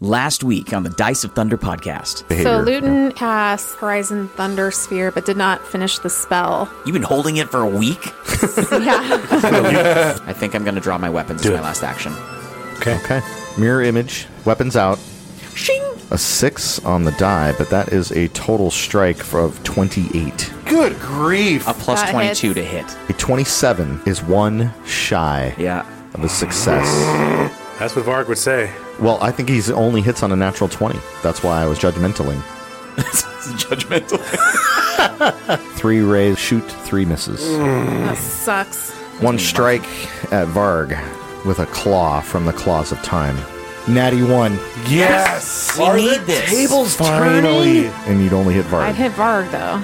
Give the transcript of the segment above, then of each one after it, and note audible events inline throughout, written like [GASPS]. last week on the Dice of Thunder podcast. So Luton cast Horizon Thunder Sphere, but did not finish the spell. [LAUGHS] You've been holding it for a week? yeah. I think I'm going to draw my weapons as my last action. Okay. Okay. Mirror image, weapons out. A six on the die, but that is a total strike for- of 28. Good grief. A plus That 22 hits. to hit. A 27 is one shy [LAUGHS] Yeah. of a success. That's what Varg would say. Well, I think he's only hits on a natural 20. That's why I was judgmentaling. judgmental. Three rays, shoot, three misses. that sucks. One strike at Varg with a claw from the claws of time. Natty one. Yes. We need this. Finally. And you'd only hit I'd Varg. hit Varg though.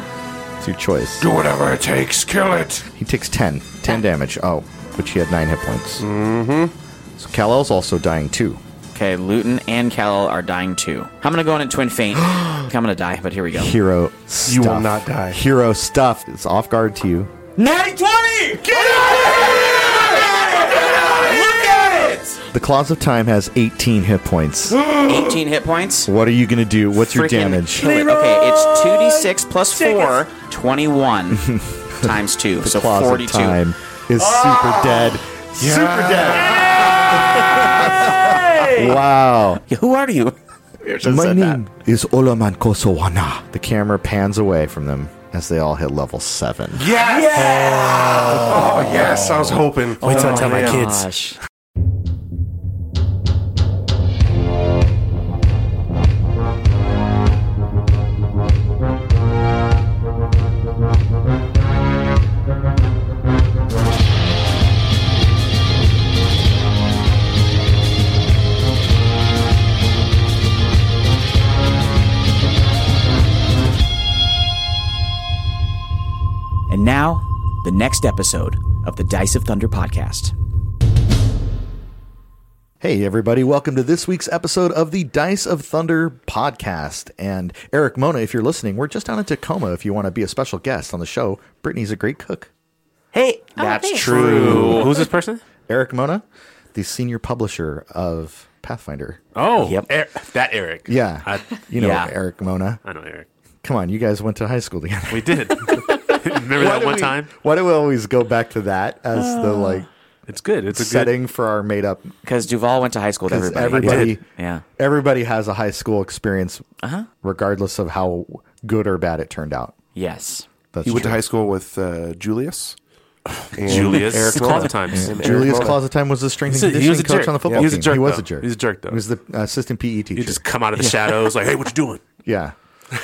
it's your choice. Do whatever it takes. Kill it. He takes 10. 10 damage. Oh, which he had 9 hit points. Mm-hmm. So Kal-El's also dying too. Okay, Luton and Cal are dying too. I'm going to go in at Twin [GASPS] Faint. I'm going to die, but here we go. Hero stuff. will not die. Hero stuff. It's off guard to you. Natty 20! The Claws of Time has 18 hit [GASPS] points. 18 hit points. what are you going to do? What's your Freaking damage? kill it. Okay, it's 2d6 plus 4, 21 [LAUGHS] times 2, so Ah! Claws 42. of Time is super dead. Super dead. [LAUGHS] wow. Who are [LAUGHS] you? My name is Olaman Kosowana. The camera pans away from them as they all hit level 7. Yes. Oh, yes. I was hoping. Oh, Wait till I tell my kids. Gosh. And now, the next episode of the Dice of Thunder podcast. Hey, everybody, welcome to this week's episode of the Dice of Thunder podcast. And Eric Mona, if you're listening, we're just down in Tacoma if you want to be a special guest on the show. Brittany's a great cook. Hey, that's Oh, thanks. True. Who's this person? Eric Mona, the senior publisher of Pathfinder. Oh, Yep. Er- that Eric. Yeah. I, you know Yeah. Eric Mona. I know Eric. Come on, you guys went to high school together. [LAUGHS] We did. Remember that one time? Why do we always go back to that as the like It's good. It's a good. setting for our made up because Duval went to high school with because everybody. everybody Yeah. everybody has a high school experience Uh-huh. regardless of how good or bad it turned out. Yes. That's You went to true. high school with [SIGHS] uh, Julius. And Julius. Eric Claw Mona. the Times. And Eric Julius Mona. Claus time was the strength He's a- and he conditioning was a coach jerk. on the football Yeah. He was a team. jerk, he was though. a jerk. He was a jerk, though. He was the assistant PE teacher. You just come out of the shadows like, hey, what you [LAUGHS] doing? yeah.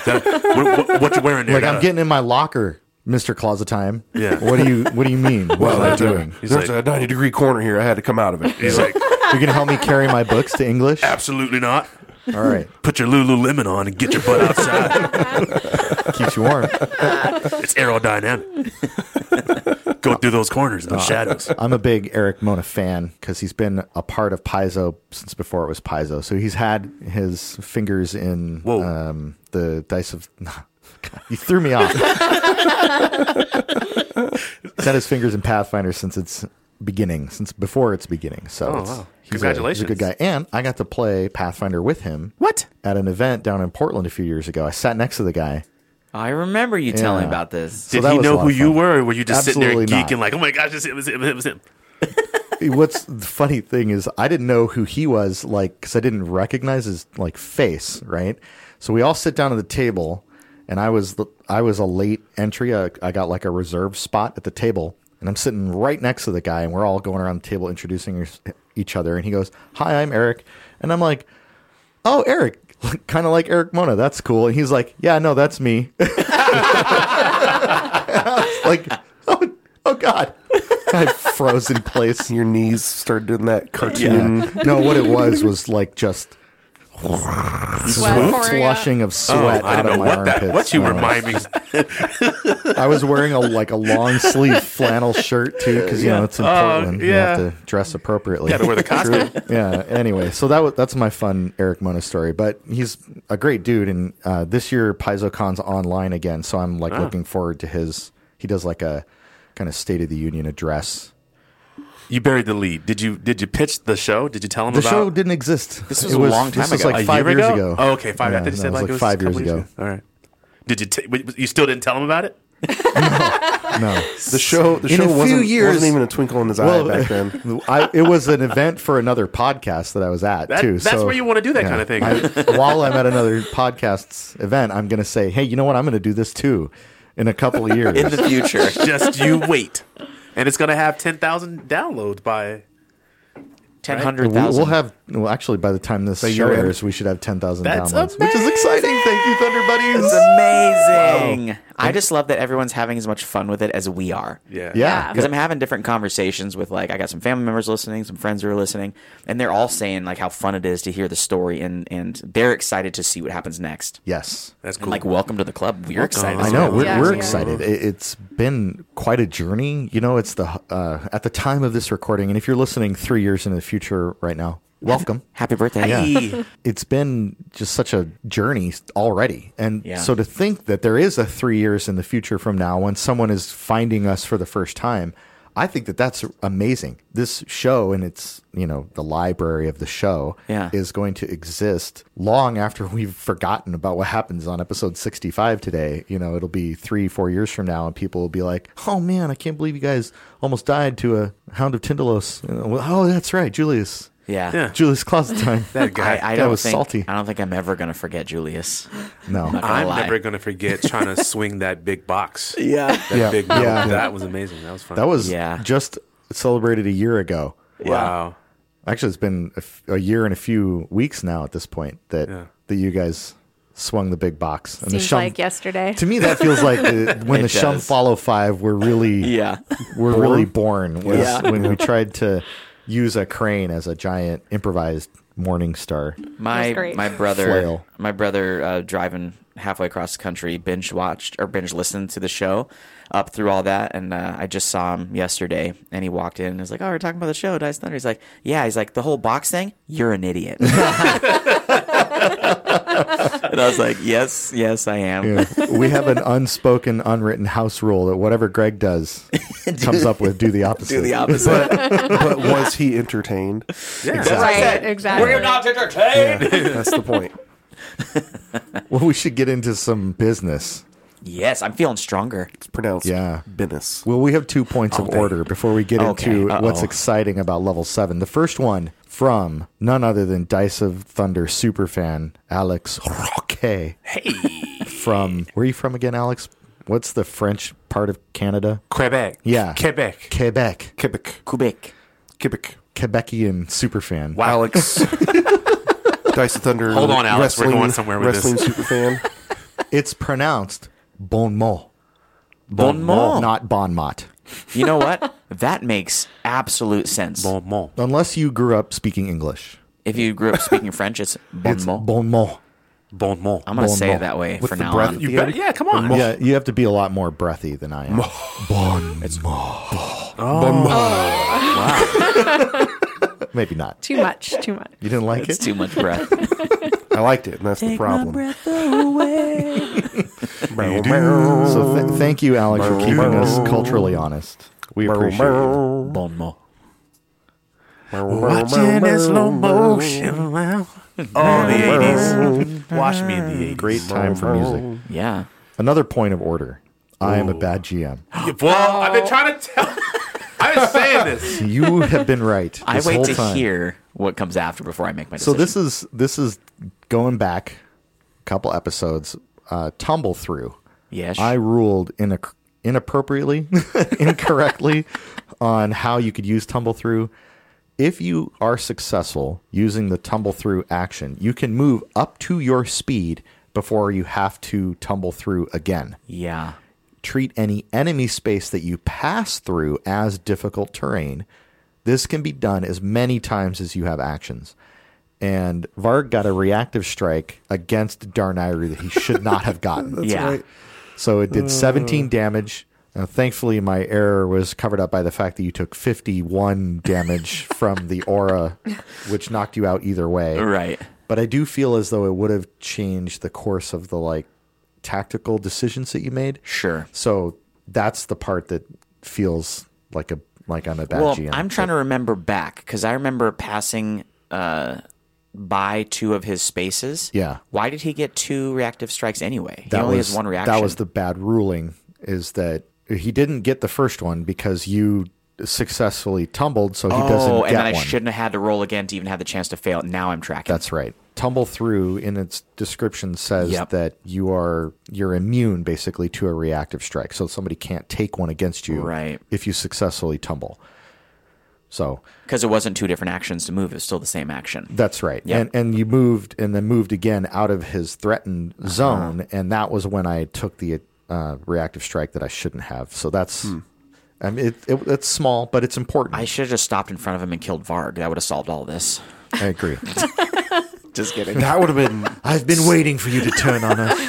That- what, what, what you wearing there? Like I'm That- getting in my locker, Mister Claus time. Yeah. What do you What do you mean? What am I doing? He's There's like- a 90 degree corner here. I had to come out of it. [LAUGHS] He's like, You're gonna help me carry my books to English? absolutely not. All right. Put your Lululemon on and get your butt outside. [LAUGHS] Keeps you warm. it's aerodynamic. Go through those corners, those shadows. I'm a big Eric Mona fan because he's been a part of Paizo since before it was Paizo. So he's had his fingers in Whoa. um, the dice of. [LAUGHS] you threw me off. he's had his fingers in Pathfinder since its beginning, since before its beginning. So it's- Oh, wow. he's, a, he's a Congratulations. good guy. And I got to play Pathfinder with him. What? At an event down in Portland a few years ago. I sat next to the guy. I remember you telling Yeah. about this. So Did that he was a know lot who of you fun. were, or were you just sitting there Absolutely geeking not. like, oh my gosh, it was him, it was him. what's the funny thing is I didn't know who he was like because I didn't recognize his like face right so we all sit down at the table and I was the, I was a late entry I, I got like a reserve spot at the table and I'm sitting right next to the guy and we're all going around the table introducing our- each other and he goes hi I'm Eric and I'm like oh Eric [LAUGHS] kind of like Eric Mona that's cool and he's like yeah no that's me [LAUGHS] like oh, oh god I froze in place Your knees started doing that cartoon. yeah. [LAUGHS] no, what it was was like just Sweat slushing of sweat Oh, I out don't of know my what armpits. that. What you No, were [LAUGHS] miming? I was wearing a like a long sleeve flannel shirt too, because you know it's in Portland. You have Uh, yeah. to dress appropriately. Gotta wear [LAUGHS] the costume. yeah. Anyway, so that was, that's my fun Eric Mona story. But he's a great dude, and uh, this year PaizoCon's online again, so I'm Ah. like looking forward to his. He does like a kind of State of the Union address You buried the lead. Did you did you pitch the show? Did you tell them The about show didn't exist. This was It a long time this was ago. like a five year years ago? ago. Oh, okay, five. Yeah, I thought you no, said like, it was five a years couple ago. All right. Did you t- but you still didn't tell them about it? [LAUGHS] No. The show, the In show a few wasn't, years- wasn't even a twinkle in his Well, eye [LAUGHS] back then. I, it was an event for another podcast that I was at That- too. that's so- where you wanna do that kinda thing. I- while I'm at another podcast's event, I'm going to say, "Hey, you know what? I'm going to do this too in a [LAUGHS] couple of years." [LAUGHS] in the future. Just you wait, and it's gonna have ten thousand downloads by. Ten We- hundred we'll, thousand. have well, actually by the time this show year-end. airs, we should have ten thousand That's downloads, which is exciting. Thank you, Thunder Buddies. It's amazing. I just love that everyone's having as much fun with it as we are. Yeah. Yeah, because I'm having different conversations with like I got some family members listening, some friends who are listening, and they're all saying like how fun it is to hear the story and and they're excited to see what happens next. yes. That's And cool. like welcome to the club. We're excited. I as know well. we're, Yeah. we're Yeah. excited. It, it's been quite a journey. You know, it's the uh, at the time of this recording, and if you're listening three years into the future right now, welcome. Happy birthday. Hey. [LAUGHS] it's been just such a journey already. And Yeah. so to think that there is a three years in the future from now when someone is finding us for the first time, I think that that's amazing. This show and it's, you know, the library of the show Yeah. is going to exist long after [LAUGHS] we've forgotten about what happens on episode 65 today. You know, it'll be three, four years from now and people will be like, oh man, I can't believe you guys almost died to a hound of Tyndallos. You know, Oh, that's right. Julius. Yeah. Yeah. Julius Closetine. That guy. I, I That don't was think, salty. I don't think I'm ever gonna forget Julius. No. gonna I'm lie. never gonna forget trying to swing that big box. Yeah. That Yeah. big box. Yeah. That was amazing. That was fun. That was Yeah. just celebrated a year ago. wow. Actually, it's been a, f- a year and a few weeks now at this point that Yeah. that you guys swung the big box and the Seems shum. like yesterday. To me, that feels [LAUGHS] like the, when It the shum does. follow five were really Yeah. were really born was Yeah. when we tried to use a crane as a giant improvised morning star. My That's great. my brother Flail. my brother uh, driving halfway across the country binge watched or binge listened to the show up through all that and uh, I just saw him yesterday and he walked in and was like oh we're talking about the show Dice Thunder he's like yeah he's like the whole box thing you're an [LAUGHS] idiot and I was like yes yes I am Yeah. we have an unspoken, unwritten house rule that whatever [LAUGHS] Greg does comes up with, do the opposite. do the opposite But, but was he entertained? Yeah. Right, exactly. That's the point. Well, we should get into some business. yes I'm feeling stronger It's pronounced Yeah. Bennis. Well, we have two points of dang. order before we get Oh, Okay, into uh-oh. what's exciting about level seven. The first one from none other than Dice of Thunder superfan Alex Roque. Hey, from where are you from again, Alex? What's the French part of Canada? Quebec. Yeah, Quebec. Quebec, Quebec. Quebec Quebec. Quebecian superfan. Wow. Alex. Dice of Thunder. Hold on, Alex. We're going somewhere with wrestling this. Wrestling superfan. It's pronounced bon mot, bon mot not bon mot. you know [LAUGHS] what that makes absolute sense [LAUGHS] Bon mot. Unless you grew up speaking English, if you grew up speaking French it's bon it's mot bon mot. Bon mot. I'm gonna Bon say mot. it that way With for the now breath on. at you the bet. end. Yeah, come on. Yeah, you have to be a lot more breathy than I am. Bon [LAUGHS] Maybe not. Too much. Too much. You didn't like It's it? too much breath. I liked it, and that's the problem. so th- thank you, Alex, for keeping us culturally honest. We appreciate you. bon mot. Watching in slow motion. Wow. Oh, the 80s. Watch me in the 80s. Great time for music. Yeah. Another point of order. I am a bad GM. Well, I've been trying to tell. [LAUGHS] I've been saying this. You have been right. This [LAUGHS] I wait whole to time. hear what comes after before I make my So decision. this is this is going back a couple episodes. Uh, tumble through. yes. I ruled in inappropriately, [LAUGHS] incorrectly on how you could use tumble through. If you are successful using the tumble through action, you can move up to your speed before you have to tumble through again. yeah. Treat any enemy space that you pass through as difficult terrain. This can be done as many times as you have actions. And Varg got a reactive strike against Darnayru that he should not have gotten. yeah. right. So it did 17 damage. Now, thankfully, my error was covered up by the fact that you took 51 damage from the aura, which knocked you out either way. Right. But I do feel as though it would have changed the course of the like tactical decisions that you made. Sure. So that's the part that feels like a like I'm a bad well, GM. I'm trying to remember back because I remember passing uh, by two of his spaces. Yeah. Why did he get two reactive strikes anyway? That he only was, has one reaction. That was the bad ruling is that he didn't get the first one because you successfully tumbled, so he doesn't oh, get and then I one. shouldn't have had to roll again to even have the chance to fail. it. Now I'm tracking. That's right. Tumble through in its description says Yep. that you are you're immune basically to a reactive strike, so somebody can't take one against you Right. if you successfully tumble. So because it wasn't two different actions to move; it was still the same action. that's right. Yep. And and you moved and then moved again out of his threatened Uh-huh. zone, and that was when I took the uh, reactive strike that I shouldn't have. So that's I mean it, it, it's small, but it's important. Hmm. I should have just stopped in front of him and killed Varg. That would have solved all this. I [LAUGHS] agree. Just kidding. That would have been I've been waiting for you to turn on us. [LAUGHS]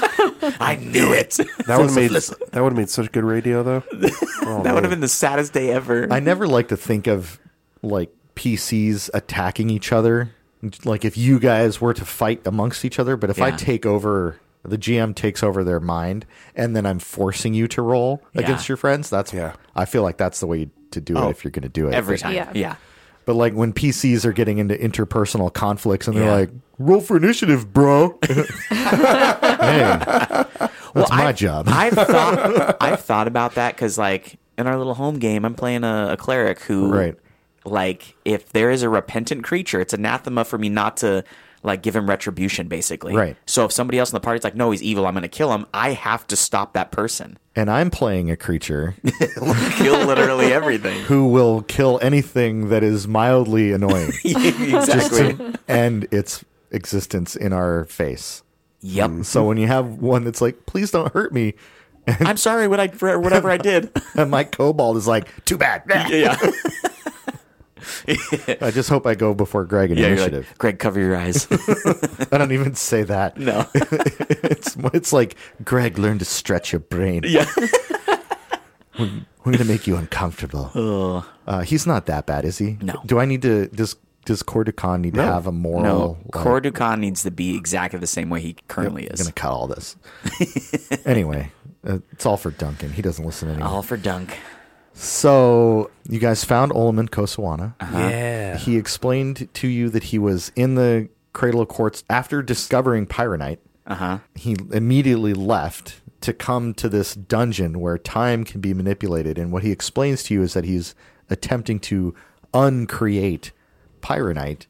I knew it. that would have made that would have made such good radio though. Oh, [LAUGHS] That would have man. been the saddest day ever. I never like to think of like PCs attacking each other. Like if you guys were to fight amongst each other, but if I Yeah. take over, the GM takes over their mind, and then I'm forcing you to roll against your friends. That's Yeah. I feel like that's the way to do it if you're going to do it Oh, Every But- time. Yeah. yeah. But like when PCs are getting into interpersonal conflicts, and they're Yeah. like, "Roll for initiative, bro." hey, that's [LAUGHS] my I've- job. I've thought I've thought about that because like in our little home game, I'm playing a, a cleric who Right. like if there is a repentant creature, it's anathema for me not to like give him retribution basically. Right. So if somebody else in the party's like, no, he's evil, I'm gonna kill him, I have to stop that person. and I'm playing a creature [LAUGHS] Kill literally everything. who will kill anything that is mildly annoying. [LAUGHS] just exactly. to end its existence in our face. [LAUGHS] yep. So when you have one that's like, please don't hurt me, I'm sorry what I for whatever I did. and my kobold is like, too bad. yeah. I just hope I go before Greg in Yeah. You're initiative. like, Greg, cover your eyes. I don't even say [LAUGHS] that. no. It's it's like Greg, learn to stretch your brain. [LAUGHS] Yeah. We're gonna make you uncomfortable. Uh, he's not that bad, is he? No. Do I need to does does Corducon need to have a moral? No. Oh, like, Core Dukan needs to be exactly the same way he currently I'm is. gonna cut [LAUGHS] all this. anyway, uh, it's all for Duncan. He doesn't listen anymore. All for dunk. So you guys found Oleman Kosawana. Yeah. He explained to you that he was in the Cradle of Quartz after discovering Pyronite. Uh huh. He immediately left to come to this dungeon where time can be manipulated. And what he explains to you is that he's attempting to uncreate Pyronite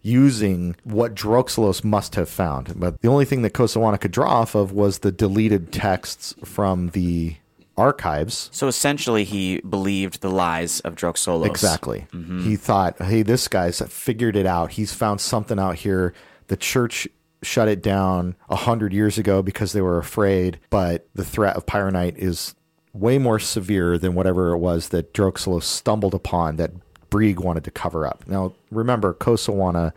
using what Droxelos must have found. But the only thing that Kosawana could draw off of was the deleted texts from the archives So essentially, he believed the lies of Droxolos. Exactly. He thought, hey, this guy's figured it out. He's found something out here. The church shut it down a hundred years ago because they were afraid, but the threat of Pyronite is way more severe than whatever it was that Droxelos stumbled upon that Brieg wanted to cover up. Now, remember, Kosawana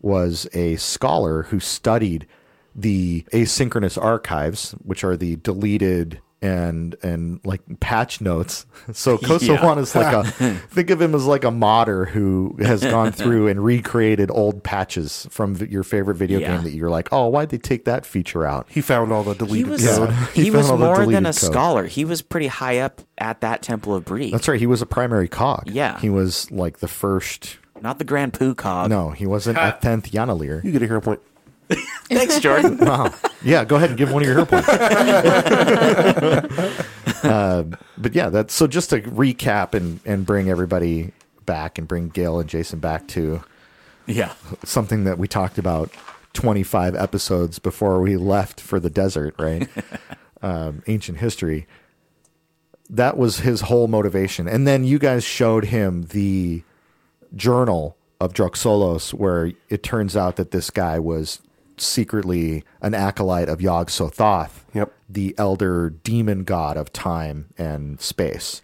was a scholar who studied the asynchronous archives, which are the deleted and and like patch notes. [LAUGHS] So Kosovan is [LAUGHS] like a think of him as like a modder who has gone through and recreated old patches from v- your favorite video Yeah. game that you're like, oh, why'd they take that feature out? he found all the He deleted was code. he, He was found all the more than deleted a code. scholar. He was pretty high up at that Temple of Bree. That's right. He was a primary cog. Yeah. he was like the first. Not the Grand Poo Cog. No, he wasn't a tenth Yanalir. You get a hero point. [LAUGHS] Thanks, [LAUGHS] Jordan. Yeah, go ahead and give one of your hero points. uh, but yeah, that's so just to recap and and bring everybody back and bring Gail and Jason back to yeah. something that we talked about 25 episodes before we left for the desert, right? um, ancient history. That was his whole motivation. And then you guys showed him the journal of Droxolos, where it turns out that this guy was secretly an acolyte of Yog Sothoth, Yep. the elder demon god of time and space.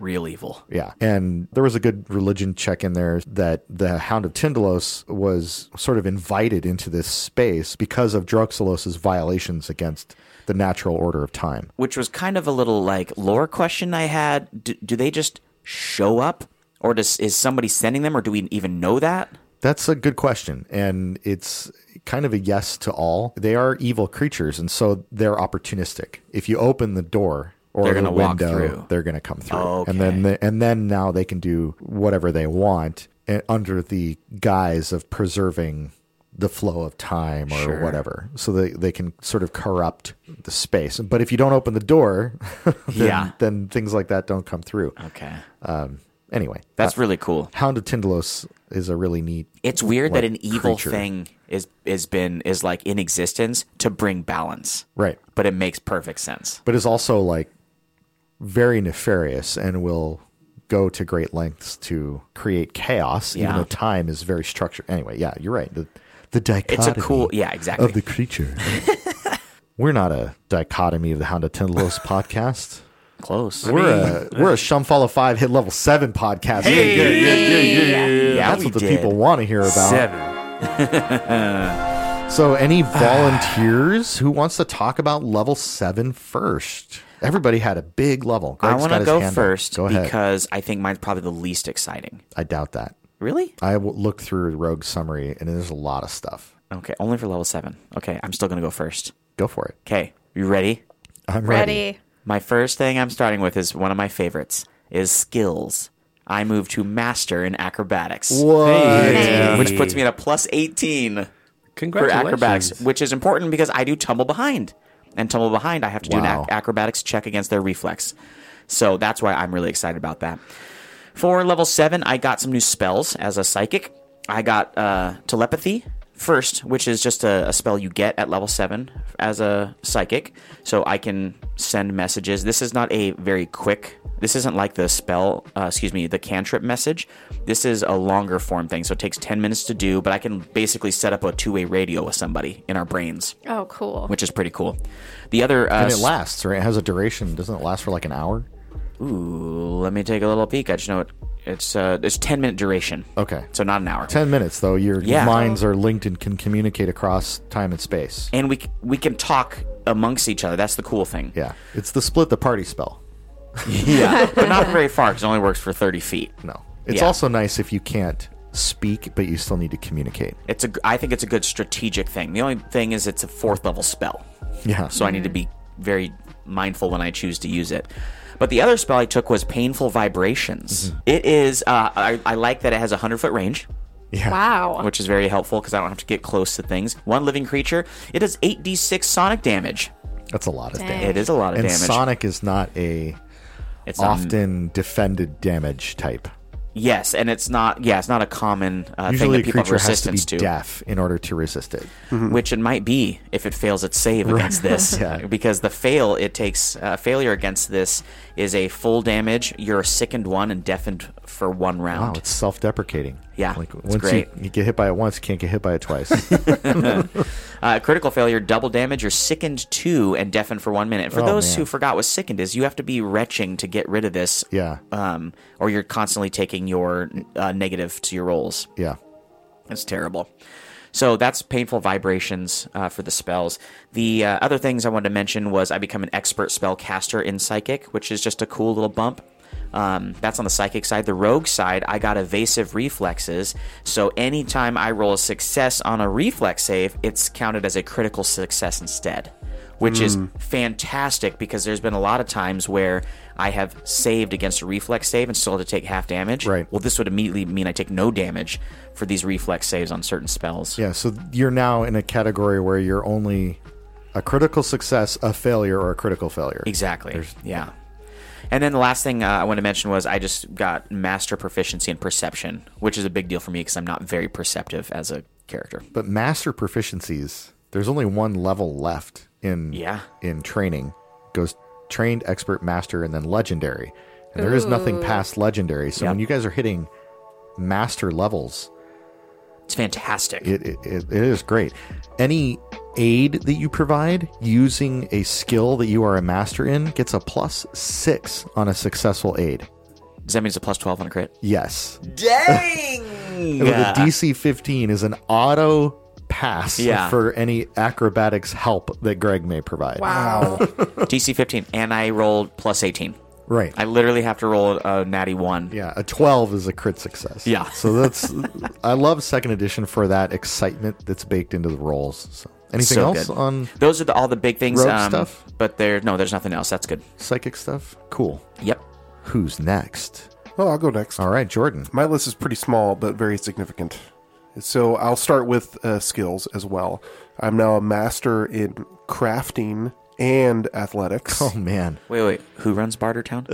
Real evil. Yeah. And there was a good religion check in there that the Hound of Tyndalos was sort of invited into this space because of Druxilos's violations against the natural order of time. Which was kind of a little like lore question I had. Do, do they just show up, or does is somebody sending them, or do we even know that? That's a good question. And it's kind of a yes to all. They are evil creatures, and so they're opportunistic. If you open the door or They're the gonna walk window, through. Oh, They're going to come through, Okay. and then the, and then now they can do whatever they want eh, under the guise of preserving the flow of time or Sure. whatever. So they they can sort of corrupt the space. But if you don't open the door, [LAUGHS] then, Yeah. then things like that don't come through. Okay. Anyway, uh, That's really cool. Hound of Tyndalos is a really neat. It's weird like, that an evil creature. thing is is been is like in existence to bring balance. Right. But it makes perfect sense. but is also like very nefarious and will go to great lengths to create chaos, even Yeah. though time is very structured. Anyway, yeah, you're right. The the dichotomy. cool- yeah, exactly. Of the creature. [LAUGHS] We're not a dichotomy of the Hound of Tendalos [LAUGHS] podcast. Close. We're a we're a uh, Shumfalla Five hit level seven podcast. yeah, That's we what the did. people want to hear about. Seven. So, any Ah. volunteers who wants to talk about level seven first? Everybody had a big level. I Greg's want got to his go hand up. first Go ahead. because I think mine's probably the least exciting. I doubt that. Really? I w- looked through Rogue Summary and there's a lot of stuff. Okay, only for level 7. Okay, I'm still going to go first. Go for it. Okay, you ready? I'm ready. Ready. My first thing I'm starting with is one of my favorites is skills. I move to master in acrobatics, What? Hey. which puts me at a plus 18 for Congratulations. acrobatics, which is important because I do tumble behind. And tumble behind, I have to do an Wow. ac- acrobatics check against their reflex. So that's why I'm really excited about that. For level 7, I got some new spells as a psychic. I got uh, telepathy first, which is just a, a spell you get at level 7 as a psychic. So I can send messages. This is not a very quick, this isn't like the spell, uh, excuse me, the cantrip message. This is a longer form thing. So it takes 10 minutes to do, but I can basically set up a two way radio with somebody in our brains, Oh, cool. which is pretty cool. The other. Uh, And it s- lasts, right? It has a duration. Doesn't it last for like an hour? Ooh, let me take a little peek. I just know it. It's uh, it's ten minute duration. Okay. so not an hour. 10 minutes, though. Your Yeah. minds are linked and can communicate across time and space. and we c- we can talk amongst each other. That's the cool thing. [LAUGHS] Yeah. It's the split the party spell. Yeah, but not very far because it only works for thirty feet. No. It's Yeah. also nice if you can't speak, but you still need to communicate. [LAUGHS] It's a g- I think it's a good strategic thing. The only thing is it's a fourth level spell, Yeah. so I need to be very mindful when I choose to use it. But the other spell I took was painful vibrations. Mm-hmm. It is uh, I, I like that it has a hundred foot range. yeah. Wow. which is very helpful because I don't have to get close to things. One living creature, it does 8d6 sonic damage. That's a lot of damage. It is a lot of And damage. Sonic is not a it's um, not- often defended damage type. yes, and it's not. Yeah, it's not a common uh, thing Usually, that a people have creature has to be resistance to. deaf in order to resist it. which it might be if it fails its save against [LAUGHS] this. Because the fail it takes uh, failure against this is a full damage. You're sickened one and deafened for one Wow, round. it's self-deprecating. Yeah, like it's once great. You, you get hit by it once, you can't get hit by it twice. [LAUGHS] Uh, critical failure, double damage. You're sickened two and deafened for one minute. For Oh, those man. who forgot what sickened is, you have to be retching to get rid of this. yeah, um, or you're constantly taking your uh, negative to your rolls. yeah. It's terrible. So that's painful vibrations uh, for the spells. The uh, other things I wanted to mention was I become an expert spell caster in psychic, which is just a cool little bump. Um, that's on the psychic side. The rogue side, I got evasive reflexes. So anytime I roll a success on a reflex save, it's counted as a critical success instead, which is fantastic because there's been a lot of times where I have saved against a reflex save and still had to take half damage. Right. Well, this would immediately mean I take no damage for these reflex saves on certain spells. Yeah, so you're now in a category where you're only a critical success, a failure, or a critical failure. Exactly. yeah. And then the last thing uh, I want to mention was I just got master proficiency in perception, which is a big deal for me because I'm not very perceptive as a character. But master proficiencies, there's only one level left in Yeah. in training. Goes trained, expert, master, and then legendary. And there is nothing past legendary. So Yep. when you guys are hitting master levels, It's fantastic. it, it, it is great. Any aid that you provide using a skill that you are a master in gets a plus six on a successful aid. Does that mean it's a plus 12 on a crit? Yes. [LAUGHS] Dang! And With a DC 15 is an auto pass Yeah. for any acrobatics help that Greg may provide. Wow. DC 15, and I rolled plus 18. Right. I literally have to roll a natty one. Yeah, a 12 is a crit success. Yeah. So that's I love second edition for that excitement that's baked into the rolls. So anything So else good. on Those are the, all the big things. Rogue um, stuff? But there, no, there's nothing else. That's good. psychic stuff? Cool. Yep. Who's next? Oh, I'll go next. All right, Jordan. My list is pretty small, but very significant. So I'll start with uh, skills as well. I'm now a master in crafting and athletics. Oh man. Wait, wait. Who runs [LAUGHS] Bartertown?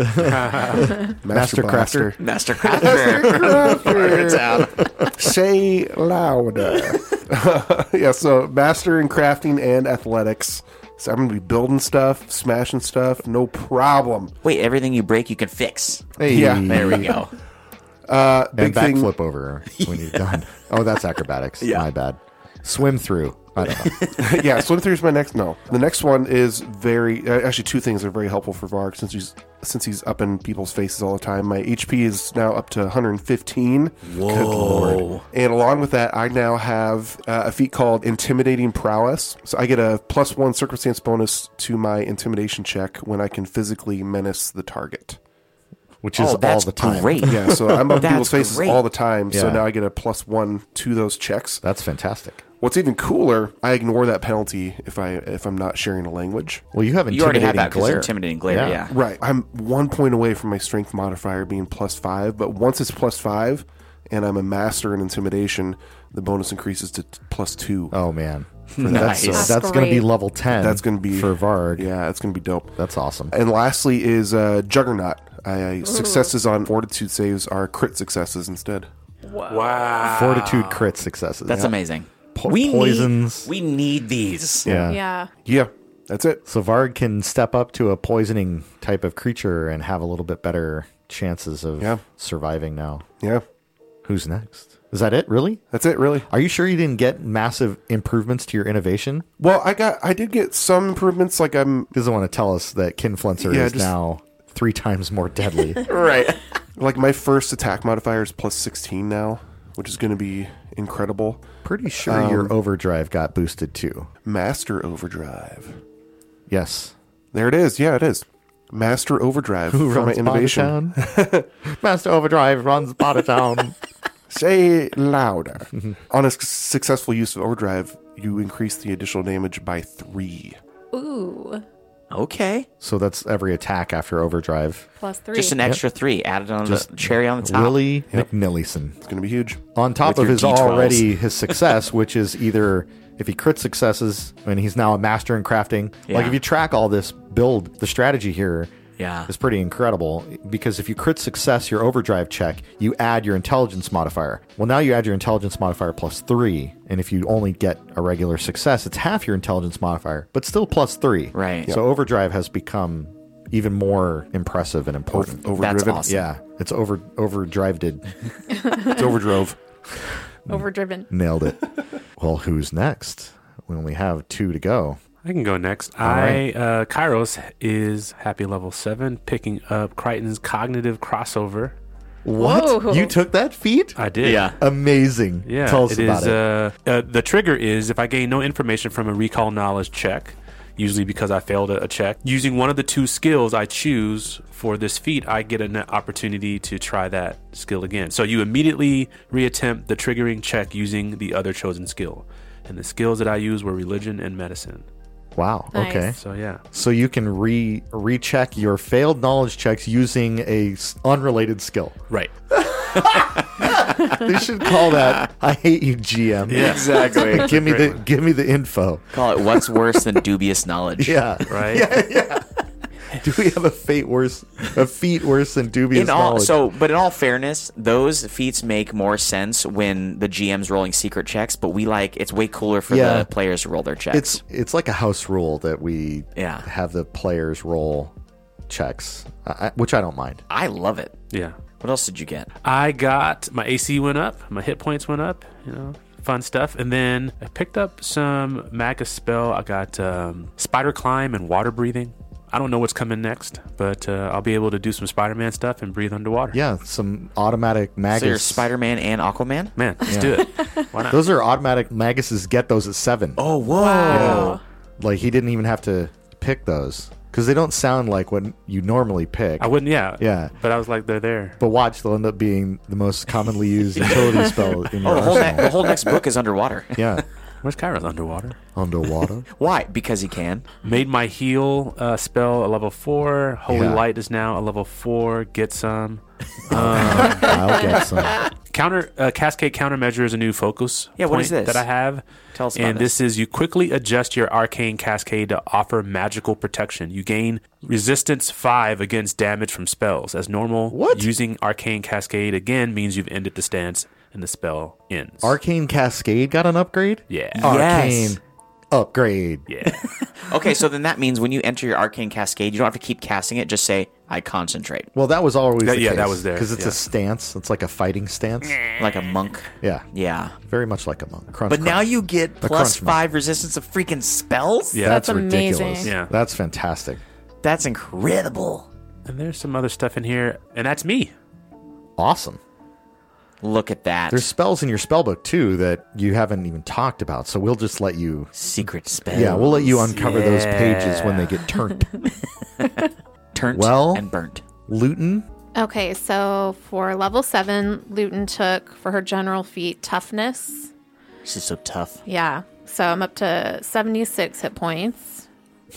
Master Crafter. Master [LAUGHS] Crafter. Say louder. [LAUGHS] yeah, so master in crafting and athletics. So I'm going to be building stuff, smashing stuff, no problem. wait, everything you break, you can fix. Hey. Yeah, There we [LAUGHS] go. Uh, And [LAUGHS] big thing. backflip over when you're [LAUGHS] done. Oh, that's acrobatics. My bad. Swim through. I don't [LAUGHS] know. yeah, swim through is my next. No, the next one is very uh, actually two things are very helpful for Varg since he's since he's up in people's faces all the time. My HP is now up to 115. Whoa! And along with that, I now have uh, a feat called Intimidating Prowess. So I get a plus one circumstance bonus to my intimidation check when I can physically menace the target. Which is oh, that's all the time. great. Yeah, so I'm up in That's people's faces great. all the time. So Yeah. now I get a plus one to those checks. That's fantastic. What's even cooler, I ignore that penalty if I if I'm not sharing a language. Well, you have You already intimidating have that because glare. intimidating glare. Yeah. Yeah. Right. I'm one point away from my strength modifier being plus five, but once it's plus five and I'm a master in intimidation, the bonus increases to t- plus two. Oh [LAUGHS] man. Nice. That's, That's that's going to be great. level 10. That's going to be for Varg. Yeah, it's going to be dope. That's awesome. And lastly is uh, Juggernaut. I, I- successes on fortitude saves are crit successes instead. Wow. ah, Fortitude crit successes. That's Yeah. amazing. Po- need- poisons. we need these. Yeah. Yeah. Yeah, that's it. So Varg can step up to a poisoning type of creature and have a little bit better chances of Yeah. surviving now. Yeah, Who's next? Is that it, really? that's it. Really. Are you sure you didn't get massive improvements to your innovation? Well, I got I did get some improvements. Like um, I'm He doesn't want to tell us that Kin Flenser Yeah, is just- now three times more deadly. Right. like my first attack modifier is plus sixteen now, which is going to be incredible. Pretty sure Um, your overdrive got boosted too. Master Overdrive. Yes. There it is. Yeah, it is. [LAUGHS] Master Overdrive Who from runs innovation. innovation? [LAUGHS] Master Overdrive runs Pottertown. Say louder. [LAUGHS] On a s- successful use of Overdrive, you increase the additional damage by three. Ooh. Okay. so that's every attack after overdrive. Plus three. Just an extra three added on Just the cherry on the top. Willie McNillison. It's going to be huge. on With top of your his D12s. [LAUGHS] already his success, which is either if he crits successes and he's now a master in crafting. Like Yeah. if you track all this build, the strategy here is Yeah. pretty incredible because if you crit success your overdrive check, you add your intelligence modifier. Well, now you add your intelligence modifier plus three, and if you only get a regular success, it's half your intelligence modifier, but still plus three. Right. So overdrive has become even more impressive and important. That's Overdriven. awesome. yeah, it's over overdriveded. It's overdrove. Overdriven. [LAUGHS] Nailed it. well, who's next? We only have two to go. I can go next. I right. uh, Kairos is happy level seven, picking up Crichton's cognitive crossover. What? Whoa. You took that feat? I did. Yeah. Amazing. Yeah, Tell us it about is, it. Uh, uh, the trigger is if I gain no information from a recall knowledge check, usually because I failed a, a check. Using one of the two skills I choose for this feat, I get an opportunity to try that skill again. So you immediately reattempt the triggering check using the other chosen skill, and the skills that I used were religion and medicine. wow. Nice. Okay. So yeah, So you can re recheck your failed knowledge checks using a s- [LAUGHS] unrelated skill. right. They should call that I hate you GM. Exactly. [LAUGHS] Give me the give me the [LAUGHS] info. Call it what's worse [LAUGHS] than dubious knowledge. Yeah. Right. Do we have a fate worse a feat worse than dubious In all, knowledge? so, but in all fairness, those feats make more sense when the GM's rolling secret checks. But we like it's way cooler for Yeah. the players to roll their checks. it's it's like a house rule that we Yeah. have the players roll checks, I, I- which I don't mind. I love it. Yeah. What else did you get? I got my AC went up, my hit points went up, you know, fun stuff. And then I picked up some Magus spell. I got um, Spider Climb and Water Breathing. I don't know what's coming next, but uh, I'll be able to do some Spider Man stuff and breathe underwater. Yeah, some automatic magus. So you're Spider Man and Aquaman. Man, let's do it. Why not? Those are automatic maguses. Get those at seven. [LAUGHS] Oh whoa! Wow. Like he didn't even have to pick those. because they don't sound like what you normally pick. I wouldn't. Yeah. Yeah. But I was like, they're there. but watch, they'll end up being the most commonly [LAUGHS] used utility spell in your Oh, the whole, ne- [LAUGHS] arsenal. the whole next book is underwater. yeah, Where's Kyra's underwater? underwater. Why? Because he can. Made my heal uh, spell a level four. Holy Yeah. light is now a level four. Get some. I'll [LAUGHS] get some. Counter uh, cascade countermeasure is a new focus. Yeah, what point is this? that I have? Tell us about And this is you quickly adjust your arcane cascade to offer magical protection. You gain resistance five against damage from spells as normal. What? Using arcane cascade again means you've ended the stance and the spell ends. Arcane Cascade got an upgrade. Yeah. Oh. Arcane Yes. upgrade. [LAUGHS] yeah. Okay, so then that means when you enter your arcane cascade, you don't have to keep casting it. Just say, "I concentrate," Well, that was always That- the yeah, case, that was there, because it's yeah. a stance. It's like a fighting stance. like a monk. Yeah, Yeah. very much like a monk. Crunch, But now crunch. you get plus crunch mark. five resistance of freaking spells. Yeah. that's, That's amazing. ridiculous. Yeah. that's fantastic. That's incredible. And there's some other stuff in here, and [LAUGHS] that's me. Awesome. Look at that. There's spells in your spellbook too that you haven't even talked about, so we'll just let you. secret spells. Yeah, we'll let you uncover those pages Yeah. when they get turned. [LAUGHS] Turnt Well- and burnt. Luton, Okay, so for level seven, Luton took for her general feat toughness. She's so tough. Yeah. So I'm up to 76 [LAUGHS] hit points.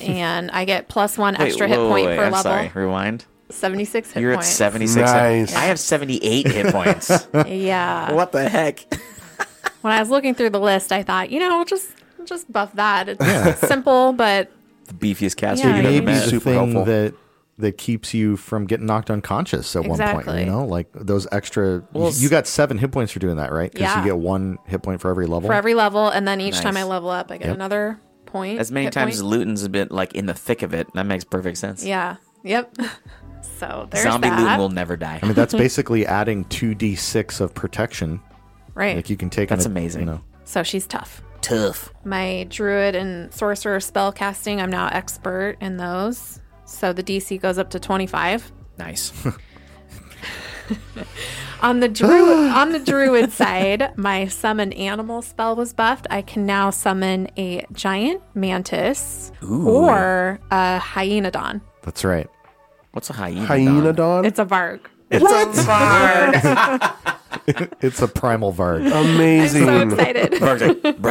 and I get plus one extra hit point per I'm level. sorry. Rewind. 76 hit You're points. at 76. Nice. I have 78 [LAUGHS] hit points. Yeah. what the heck? When I was looking through the list, I thought, you know, just just buff that. It's [LAUGHS] simple, but The beefiest caster Yeah, you've maybe ever Maybe the met. super thing helpful. that that keeps you from getting knocked unconscious at one point. Exactly. You know, like those extra. Well, you got seven hit points for doing that, right? Because you Yeah. get one hit point for every level. for every level, and then each Nice. time I level up, I get another point. As many hit times as point. Luton's a bit like in the thick of it. That makes perfect sense. Yeah. Yep. [LAUGHS] so there's Zombie that. Luton will never die. I mean, that's basically adding two d six of protection. right. Like you can take. That's an- amazing. You know, so she's tough. tough. My druid and sorcerer spell casting, I'm now expert in those. So the DC goes up to 25. [LAUGHS] Nice. On the druid on the druid side, my summon animal spell was buffed. I can now summon a giant mantis or a hyenodon. that's right. What's a hyena? Hyena dog? Don? It's a varg. what? It's a primal varg. [LAUGHS] [LAUGHS] Amazing. So excited.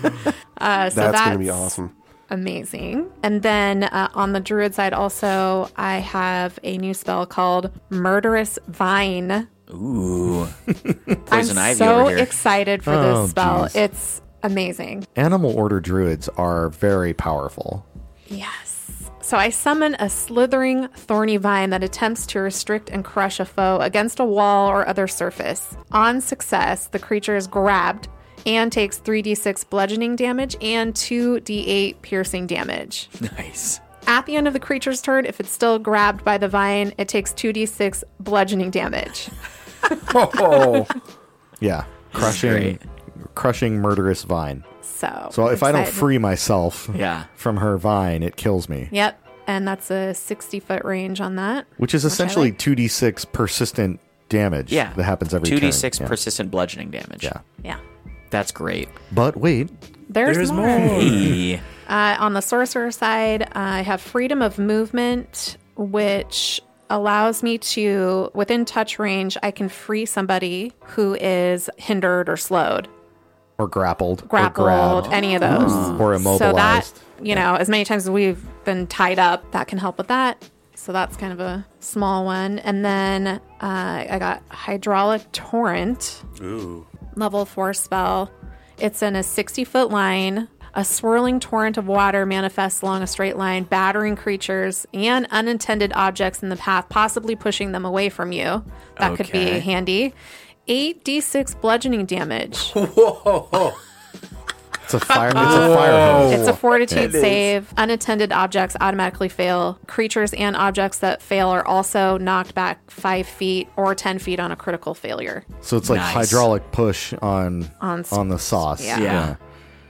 [LAUGHS] Brother. [LAUGHS] Uh, so that's, that's gonna be awesome. Amazing. And then uh, on the druid side, also, I have a new spell called Murderous Vine. [LAUGHS] Ooh. I'm Poison ivy so over here. excited for Oh, this spell. geez. It's amazing. Animal order druids are very powerful. Yes. So I summon a slithering, thorny vine that attempts to restrict and crush a foe against a wall or other surface. On success, the creature is grabbed and takes 3d6 bludgeoning damage and 2d8 piercing damage. nice. At the end of the creature's turn, if it's still grabbed by the vine, it takes 2d6 bludgeoning damage. Oh, Yeah, crushing, crushing murderous vine. So, So if I don't excited. free myself, Yeah. from her vine, it kills me. Yep. And that's a 60 foot range on that. which is essentially 2d6 persistent damage Yeah. that happens every 2d6 turn. Yeah. persistent bludgeoning damage. Yeah. Yeah. That's [CLEARS THROAT] great. But wait, There's, There's more. more. Hey. Uh, on the sorcerer side, I have freedom of movement, which allows me to, within touch range, I can free somebody who is hindered or slowed, or grappled, or grappled, grabbed, Hmm. any of those. or So that, immobilized. you know, as many times as we've been tied up, that can help with that. So that's kind of a small one. And then uh, I got Hydraulic Torrent, Ooh. level four spell. It's in a 60 foot line. A swirling torrent of water manifests along a straight line, battering creatures and unintended objects in the path, possibly pushing them away from you. That could Okay. be handy. 8d6 bludgeoning damage. it's a fire. It's a fire hose. It's a fortitude save. Unattended objects automatically fail. Creatures and objects that fail are also knocked back five feet or 10 feet on a critical failure. So it's like Nice. hydraulic push on on, On the sauce. yeah.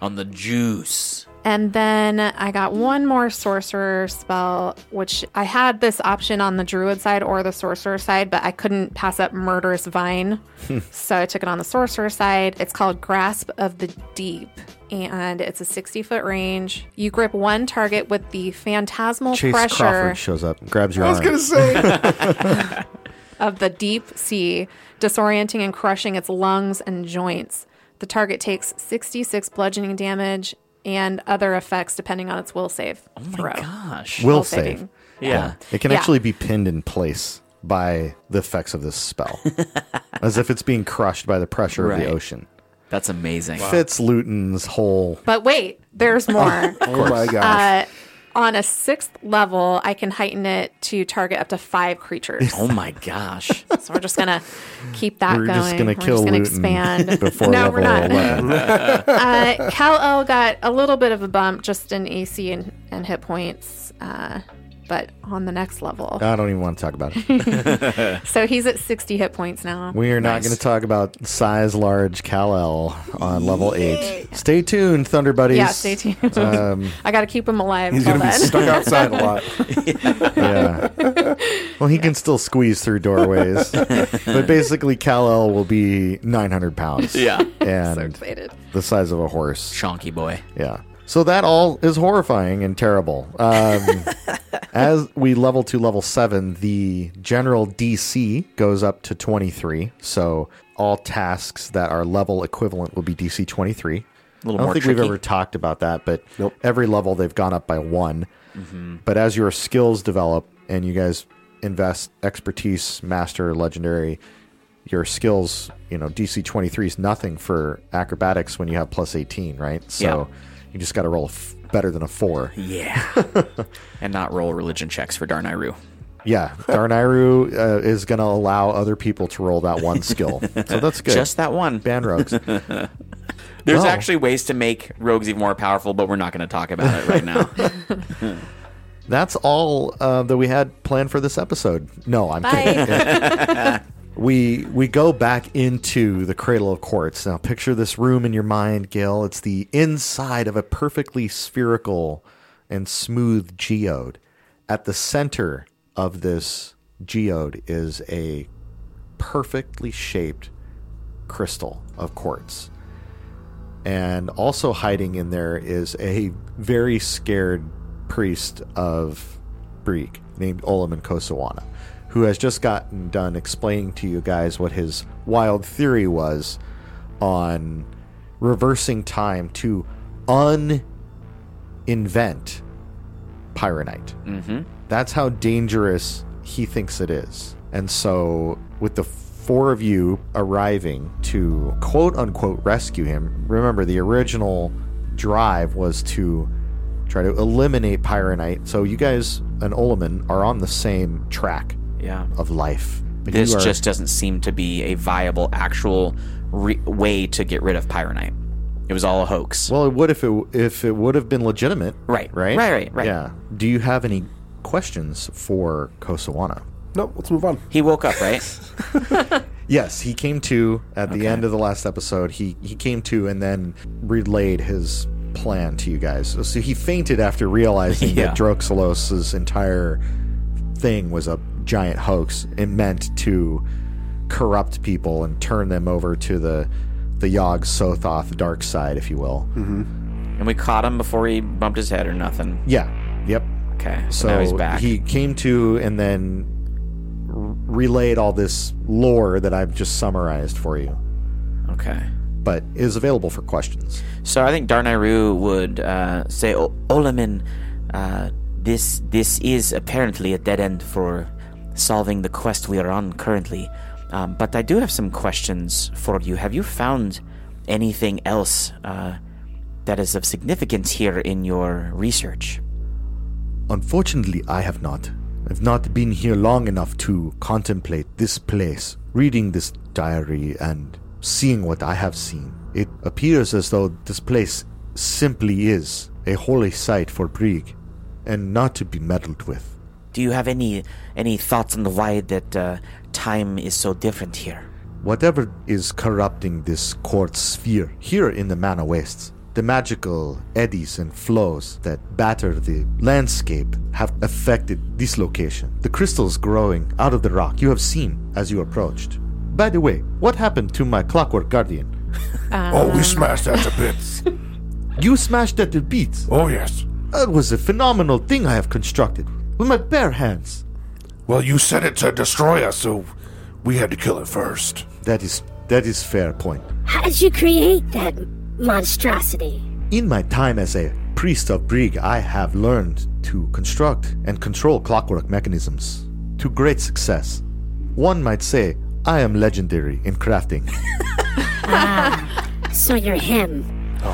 On the juice. And then I got one more sorcerer spell, which I had this option on the druid side or the sorcerer side, but I couldn't pass up murderous vine. Hmm. [LAUGHS] so I took it on the sorcerer side. It's called Grasp of the Deep, and it's a 60 foot range. You grip one target with the phantasmal Chase pressure Crawford shows up, grabs your I was arm. gonna say of the deep sea, disorienting and crushing its lungs and joints. The target takes 66 bludgeoning damage and other effects depending on its will save. Oh my throw. Gosh. Will Will save. saving. Yeah. It can Yeah. actually be pinned in place by the effects of [LAUGHS] this spell, as if it's being crushed by the pressure of Right. the ocean. That's amazing. Fitz Luton's whole But wait, there's more. Oh my gosh. uh, on a sixth level, I can heighten it to target up to five creatures. [LAUGHS] [LAUGHS] Oh my gosh. So we're just gonna keep that We're going. just gonna kill we're Luton just gonna expand [LAUGHS] before no, level we're not. 11. uh, Cal L got a little bit of a bump just in AC and, and hit points, uh, but on the next level. I don't even want to talk about [LAUGHS] it. so he's at 60 hit points now. We are not Nice. going to talk about size large Kal El on level eight. Stay tuned, Thunder Buddies. yeah, stay tuned. Um, [LAUGHS] I got to keep him alive. He's till gonna be then. [LAUGHS] stuck outside a [LAUGHS] lot. yeah. Well, he can still squeeze through [LAUGHS] doorways, but basically Kal El will be 900 pounds. yeah. so and excited. the size of a horse. Chonky boy. Yeah. So that all is horrifying and terrible. [LAUGHS] Um, as we level to level seven, the general DC goes up to 23. So all tasks that are level equivalent will be DC 23. A little I don't more think tricky. we've ever talked about that, but Nope. every level they've gone up by one. But as your skills develop and you guys invest expertise, master, legendary, your skills, you know, DC 23 is nothing for acrobatics when you have plus 18, right? So you just got to roll a f- better than a four. Yeah. and not roll religion checks for Darn Iru. Yeah. Darnayru uh, is going to allow other people to roll that one skill. So that's good. Just that one. Ban rogues. There's Wow. actually ways to make rogues even more powerful, but we're not going to talk about it right [LAUGHS] now. That's all uh, that we had planned for this episode. No, I'm kidding. Bye. [LAUGHS] we we go back into the cradle of quartz now picture this room in your mind gail it's the inside of a perfectly spherical and smooth geode at the center of this geode is a perfectly shaped crystal of quartz and also hiding in there is a very scared priest of Breek named Olaman Kosawana, who has just gotten done explaining to you guys what his wild theory was on reversing time to un-invent pyronite. That's how dangerous he thinks it is. And so, with the four of you arriving to quote unquote rescue him, remember the original drive was to try to eliminate Pyronite. So, you guys and Olaman are on the same track yeah. of life. But This you are- just doesn't seem to be a viable, actual re- way to get rid of Pyronite. It was all a hoax. Well, it would if it if it would have been legitimate. Right. Right. Right, right, right. Yeah. Do you have any questions for Kosawana? Nope, let's move on. he woke up, right? Yes, he came to at the end of the last episode. He he came to and then relayed his plan to you guys. So he fainted [LAUGHS] after realizing Yeah. that Droxelos's entire thing was a giant hoax. It meant to corrupt people and turn them over to the the Yog Sothoth dark side, if you will. Mm-hmm. and we caught him before he bumped his head or nothing. Yeah. Yep. Okay. So, So now he's back. he came to and then r- relayed all this lore that I've just summarized for you, okay. but is available for questions. So I think Darnayru would uh, say, o- Olamin, uh, this this is apparently a dead end for solving the quest we are on currently. Um, but I do have some questions for you. Have you found anything else uh, that is of significance here in your research? Unfortunately, I have not. I've not been here long enough to contemplate this place, reading this diary, and seeing what I have seen. It appears as though this place simply is a holy site for Brieg, and not to be meddled with. Do you have any any thoughts on why that uh, time is so different here? Whatever is corrupting this quartz sphere here in the Mana Wastes The magical eddies and flows that batter the landscape have affected this location. The crystals growing out of the rock you have seen as you approached. By the way, what happened to my clockwork guardian? Uh, Oh, we smashed that to bits. You smashed that to bits. Oh, yes. That was a phenomenal thing I have constructed with my bare hands. Well, you said it to destroy us, so we had to kill it first. That is that is fair point. How did you create that monstrosity? In my time as a priest of Brig, I have learned to construct and control clockwork mechanisms to great success. One might say I am legendary in [LAUGHS] crafting. So you're him.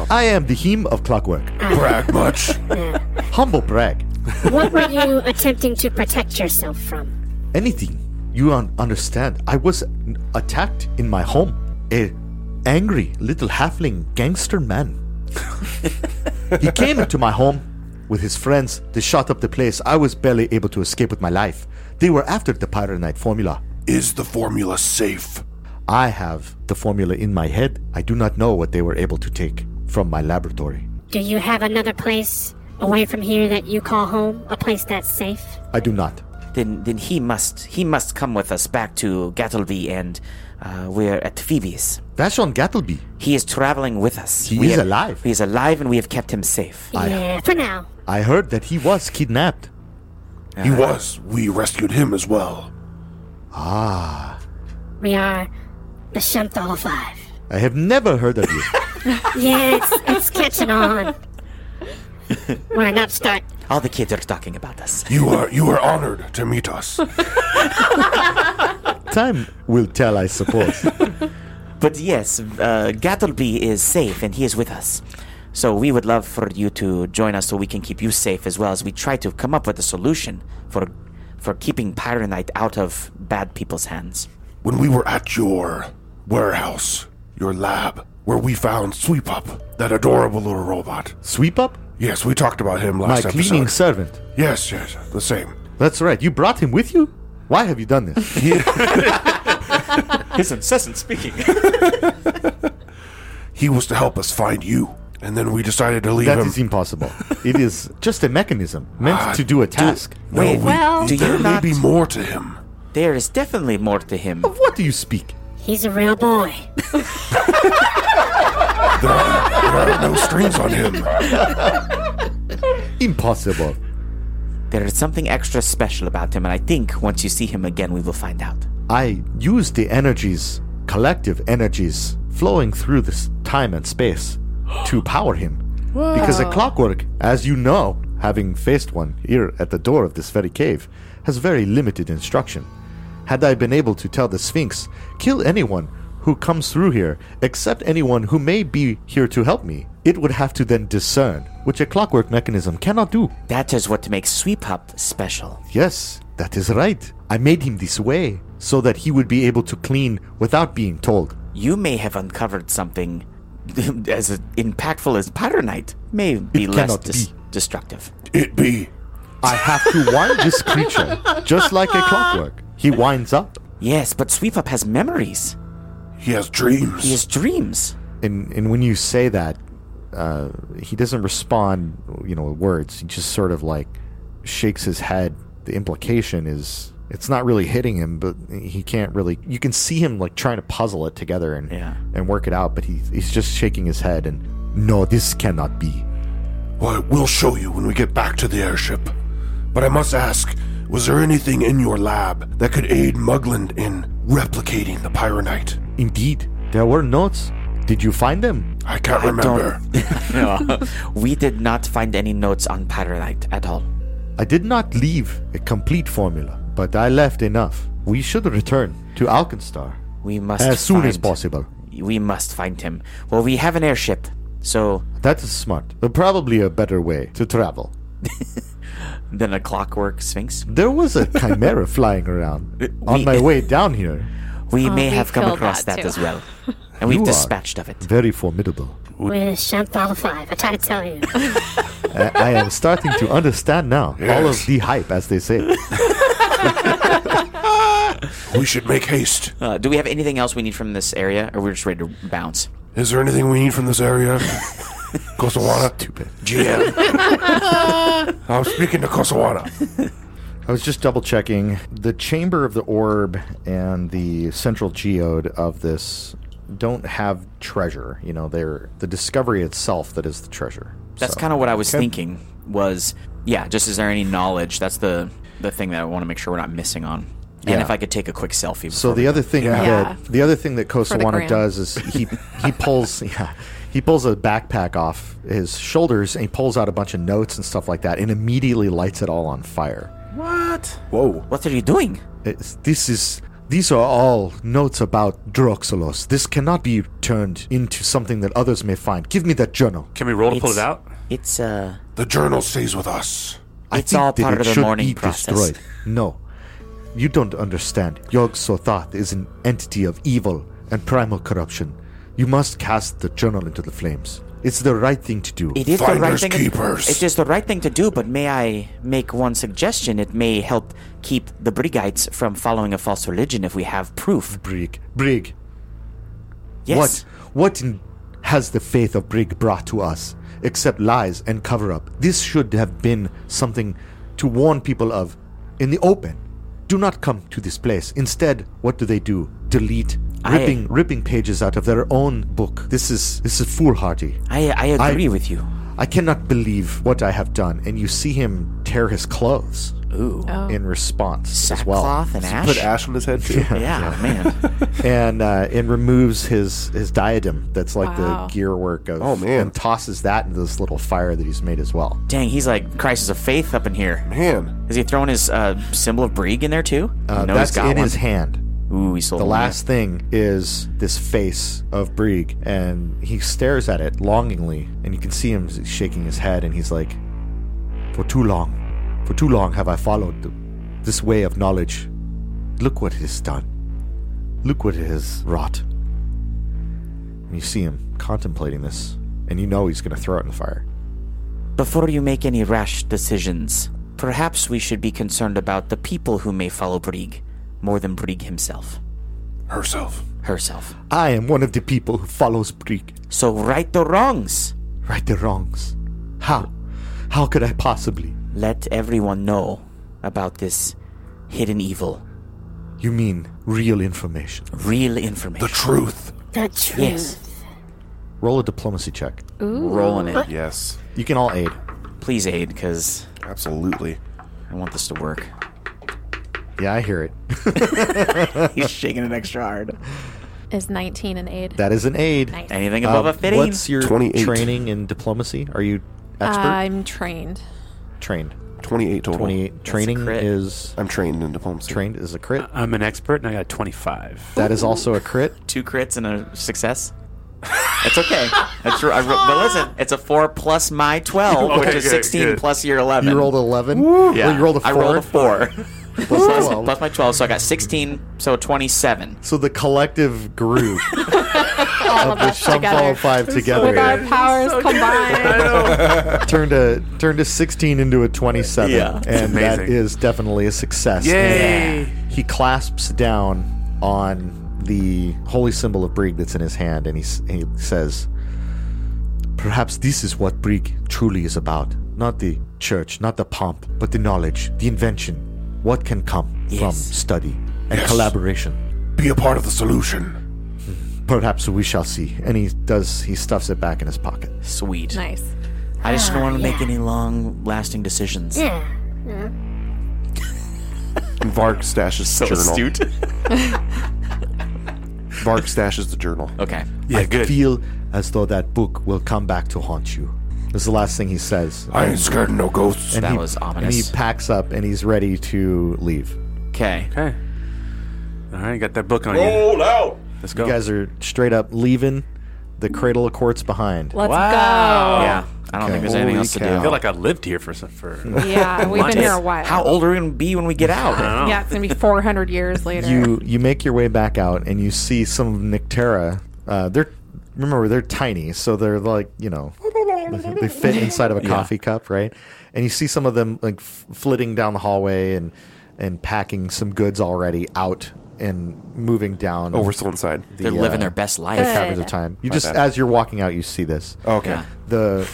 I am the heme of clockwork. Brag much. Humble brag. What were you attempting to protect yourself from? Anything you un- understand. I was n- attacked in my home. A angry little halfling gangster man. he came into my home with his friends. They shot up the place. I was barely able to escape with my life. They were after the Pyronite formula. Is the formula safe? I have the formula in my head. I do not know what they were able to take from my laboratory. Do you have another place away from here that you call home? A place that's safe? I do not. Then, then he must he must come with us back to Gattleby, and uh, we're at Phoebe's. Vashon Gattleby. He is traveling with us. He We is have- alive. He is alive, and we have kept him safe. yeah, for now. I heard that he was kidnapped. He was. We rescued him as well. Ah, We are the Shemthal 5. I have never heard of you. Yeah, it's, it's catching on. We're an upstart. All the kids are talking about us. You are you are honored to meet us. Time will tell, I suppose. But yes, uh, Gattleby is safe, and he is with us. So we would love for you to join us, so we can keep you safe as well as we try to come up with a solution for for keeping Pyronite out of bad people's hands. When we were at your warehouse, your lab, where we found Sweep Up, that adorable little robot. Sweep up? Yes, we talked about him My last episode. cleaning servant. Yes, yes, the same. That's right. You brought him with you? Why have you done this? His incessant speaking. He was to help us find you, and then we decided to leave that him. is impossible. It is just a mechanism meant to do a task. Ah, no, Wait, we, well- Do there you may not- be more to him. there is definitely more to him. Of what do you speak? He's a real boy. There are, there are no strings on him. Impossible. There is something extra special about him, and I think once you see him again, we will find out. I use the energies, collective energies, flowing through this time and space to power him. Because a clockwork, as you know, having faced one here at the door of this very cave, has very limited instruction. Had I been able to tell the Sphinx, kill anyone who comes through here except anyone who may be here to help me, it would have to then discern, which a clockwork mechanism cannot do. That is what makes Sweep Up special. Yes, that is right. I made him this way so that he would be able to clean without being told. You may have uncovered something [LAUGHS] as impactful as Pyronite may be less cannot dis- be. destructive. It be. I have to wind this creature just like a clockwork. He winds up Yes, but Sweep Up has memories. He has dreams. He has dreams. and and when you say that, uh, he doesn't respond, you know, with words. He just sort of like shakes his head. The implication is it's not really hitting him, but he can't really. You can see him like trying to puzzle it together and Yeah. and work it out, but he, he's just shaking his head and no, this cannot be. Well, we'll show you when we get back to the airship. But I must ask, was there anything in your lab that could aid Mugland in replicating the Pyronite? Indeed, there were notes. Did you find them? I can't remember. [LAUGHS] we did not find any notes on Pyronite at all. I did not leave a complete formula, but I left enough. We should return to Alkenstar We must as soon as find- possible. We must find him. Well, we have an airship, so That is smart. But probably a better way to travel. then a clockwork sphinx. There was a chimera [LAUGHS] flying around on we- my way down here. We may Oh, we have come killed across that that, too. as [LAUGHS] well, and we've You are- dispatched of it. Very formidable. We're the Shemthal 5. I try to tell you. I, I am starting to understand now all of the hype, as they say. we should make haste. Uh, do we have anything else we need from this area, or we're just ready to bounce? [LAUGHS] Is there anything we need from this area? Kosawana? Stupid. [LAUGHS] GM. I'm speaking to Kosawana. I was just double checking the chamber of the orb and the central geode of this don't have treasure. You know, they're the discovery itself that is the treasure. That's kind of what I was thinking. Was yeah, just is there any knowledge? That's the the thing that I want to make sure we're not missing on. And Yeah. if I could take a quick selfie. So the other thing Yeah. that the other thing that gram. Kosawana does is he he pulls yeah he pulls a backpack off his shoulders and he pulls out a bunch of notes and stuff like that and immediately lights it all on fire. what? Whoa. What are you doing? It's- Eh, this is these are all notes about Droxolos. This cannot be turned into something that others may find. Give me that journal. Can we roll to pull It's- it out? It's uh, The journal stays with us. I It's think all that part it of the should mourning be process. destroyed. No, you don't understand. Yog Sothoth is an entity of evil and primal corruption. You must cast the journal into the flames. It's the right thing to do. it is the right Finders thing. keepers. It is the right thing to do. But may I make one suggestion? It may help keep the Brigites from following a false religion if we have proof. Brig, Brig, Yes. what what in, has the faith of Brig brought to us except lies and cover up? This should have been something to warn people of in the open. Do not come to this place. Instead, what do they do? Delete, I- ripping ripping pages out of their own book. This is this is foolhardy. I I agree I- with you. I cannot believe what I have done. And you see him tear his clothes Ooh. in response as well. Oh. Sackcloth and ash. Put ash on his head, [LAUGHS] too. yeah, [LAUGHS] man. and uh, and removes his his diadem that's like Wow. the gear work of Oh, man. and tosses that into this little fire that he's made as well. Dang, he's like crisis of faith up in here. Man. Is he throwing his uh, symbol of Brieg in there too? Uh, no, that's he's got in one. his hand. Ooh, he sold The one, yeah. last thing is this face of Brieg, and he stares at it longingly, and you can see him shaking his head, and he's like, "For too long, for too long have I followed th- this way of knowledge. Look what it has done. Look what it has wrought." And you see him contemplating this, and you know he's going to throw it in the fire. Before you make any rash decisions, perhaps we should be concerned about the people who may follow Brig more than Brig himself, Herself. herself. I am one of the people who follows Brieg. So right the wrongs. Right the wrongs. How? How could I possibly? Let everyone know about this hidden evil, You mean real information? real The information. truth. The truth. Yes, Roll a diplomacy check. rolling it. Yes. You can all aid. Please aid, because Absolutely. I want this to [LAUGHS] work. Yeah, I hear it. [LAUGHS] He's shaking it extra hard. Is 19 an aid? That is an aid. Nice. Anything above Um, a fitting. What's your 28. training in diplomacy? Are you expert? I'm trained. trained. 28 total. 28. training crit. is I'm trained in diplomacy. trained is a crit. I'm an expert and I got 25. That is also [LAUGHS] a crit. two crits and a success. It's okay. That's r- I ro- but listen, it's a four plus my [LAUGHS] twelve, which Okay, is good, sixteen good. plus your eleven. You rolled 11. Well, you rolled a 4. I rolled a four plus 12. plus my twelve, so I got sixteen. So twenty-seven. So the [LAUGHS] collective group, All of which us some together. qualified Oh, With our together, powers [LAUGHS] combined. turned a turned a 16 into a 27, Yeah. and that amazing. is definitely a success. Yay! he clasps down on the holy symbol of Brig that's in his hand, and he, s- he says, "Perhaps this is what Brig truly is about. Not the church, not the pomp, but the knowledge, the invention. What can come from Yes. study and Yes. collaboration. Be a part of the solution. Perhaps we shall see." And he does. He stuffs it back in his pocket. Sweet. nice. I just don't Ah, want to make yeah. any long-lasting decisions. Yeah. Varg stashes the journal. [LAUGHS] Varg stashes the journal. Okay. Yeah, good. Feel as though that book will come back to haunt you. This is the last thing he says. I ain't scared of no ghosts. And Oh, That he- was And he ominous. packs up and he's ready to leave. Okay. okay. All right, got that book on you. Roll out. Let's go. You guys are straight up leaving the Cradle of Quartz behind. Let's Yeah. I don't think there's anything Holy else to cow. I Oh. feel do. like I lived here for some. For [LAUGHS] go. Yeah, we've been here a Nice. while. How old are we gonna be when we get out? Yeah, it's going to be 400 years later. You you make your way back out and you see some of Nyctera. Uh, they're remember they're tiny, so they're like you know they fit inside of a coffee cup, right? And you see some of them like f- flitting down the hallway and and packing some goods already out and moving down Oh, we're still inside. the, They're living uh, their best life. the Good. caverns of time. You My just bad. Oh. as you're walking out, you see this. Okay. Yeah. the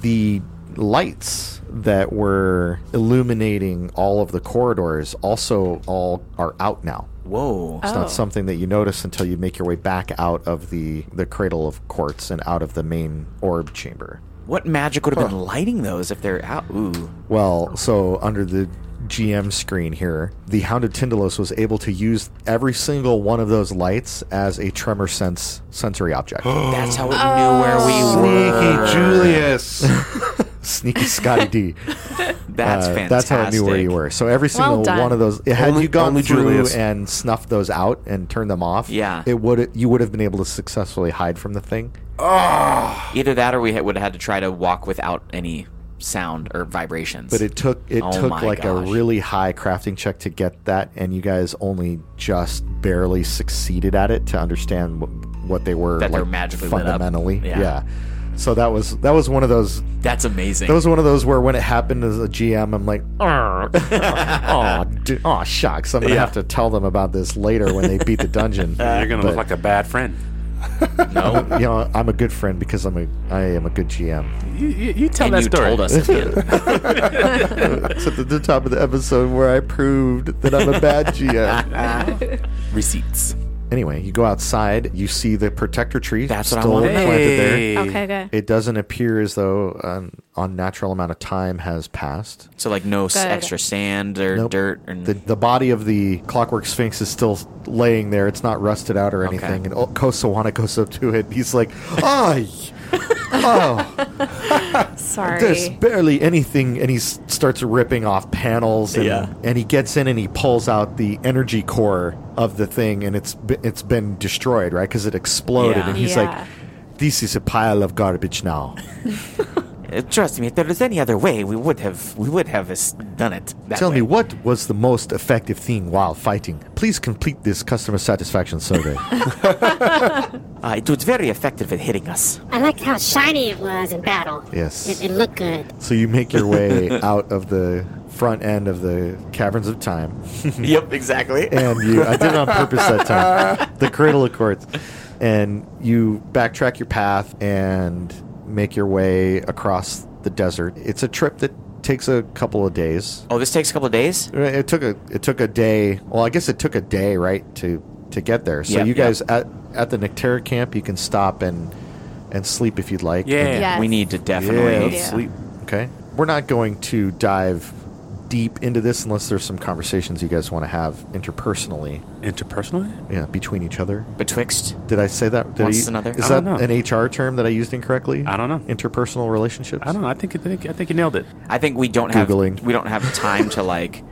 the lights that were illuminating all of the corridors also all are out now. Whoa. It's Oh. not something that you notice until you make your way back out of the the cradle of quartz and out of the main orb chamber. What magic would have been lighting those if they're out? Ooh. Well, so under the GM screen here, the Hound of Tyndalos was able to use every single one of those lights as a tremor sense sensory [GASPS] object. That's how it Oh. knew where we Uh, were. Sneaky Julius. [LAUGHS] Sneaky Scotty D. [LAUGHS] That's Uh, fantastic. That's how I knew where you were. So every single done. one of those, it, had Only- you gone only through Julius. and snuffed those out and turned them off, Yeah. it would you would have been able to successfully hide from the thing. Either that or we ha- would have had to try to walk without any sound or vibrations. But it took it Oh took my like gosh. a really high crafting check to get that, and you guys only just barely succeeded at it to understand wh- what they were. That they're like, magically lit up. fundamentally, Yeah. yeah. So that was that was one of those That's amazing. that was one of those where when it happened as a GM, I'm like, [LAUGHS] oh, d- oh, shucks. I'm gonna Yeah. have to tell them about this later when they beat [LAUGHS] the dungeon. You're gonna look But, like a bad friend. [LAUGHS] no. you know, I'm a good friend because I'm a I am a [LAUGHS] good GM. You, you, you tell and that you story. [LAUGHS] told us at the end. Except at the top of the episode where I proved that I'm a bad GM. [LAUGHS] Receipts. anyway, you go outside, you see the protector tree That's what I still wanted. planted there. Hey. Okay, good. It doesn't appear as though an unnatural amount of time has passed. So like no s Good. extra sand or Nope. dirt and The, the body of the clockwork sphinx is still laying there. It's not rusted out or anything. And oh, Kosawana goes up to it. He's like, "Ay, oh, Sorry. there's barely anything." And he s- starts ripping off panels. And, Yeah. and he gets in and he pulls out the energy core of the thing, and it's be- it's been destroyed, right? Because it exploded. Yeah. And he's Yeah. like, "This is a pile of garbage now." Uh, trust me, if there was any other way, we would have we would have s- done it. That Tell way. me, what was the most effective thing while fighting? Please complete this customer satisfaction [LAUGHS] survey. Uh, it was very effective at hitting [LAUGHS] us. I liked how shiny it was in battle. Yes. It, it looked good. So you make [LAUGHS] your way out of the front end of the caverns of time, yep, exactly. [LAUGHS] and you I did it on purpose that time. The cradle of quartz, and you backtrack your path and make your way across the desert. It's a trip that takes a couple of days. Oh, this takes a couple of days. It took a it took a day. Well, I guess it took a day, right, to to get there. So Yep, you yep. guys at at the Nectera camp, you can stop and and sleep if you'd like. Yeah. Yes. We need to definitely. Yeah. sleep. Okay. We're not going to dive deep into this unless there's some conversations you guys want to have interpersonally, Interpersonally? yeah, between each other. Betwixt. Did I say that? Did Once I, is another. Is I that don't an HR term that I used incorrectly? I don't know. Interpersonal relationships. I don't know. I think I think I think you nailed it. I think we don't Googling. have we don't have time to like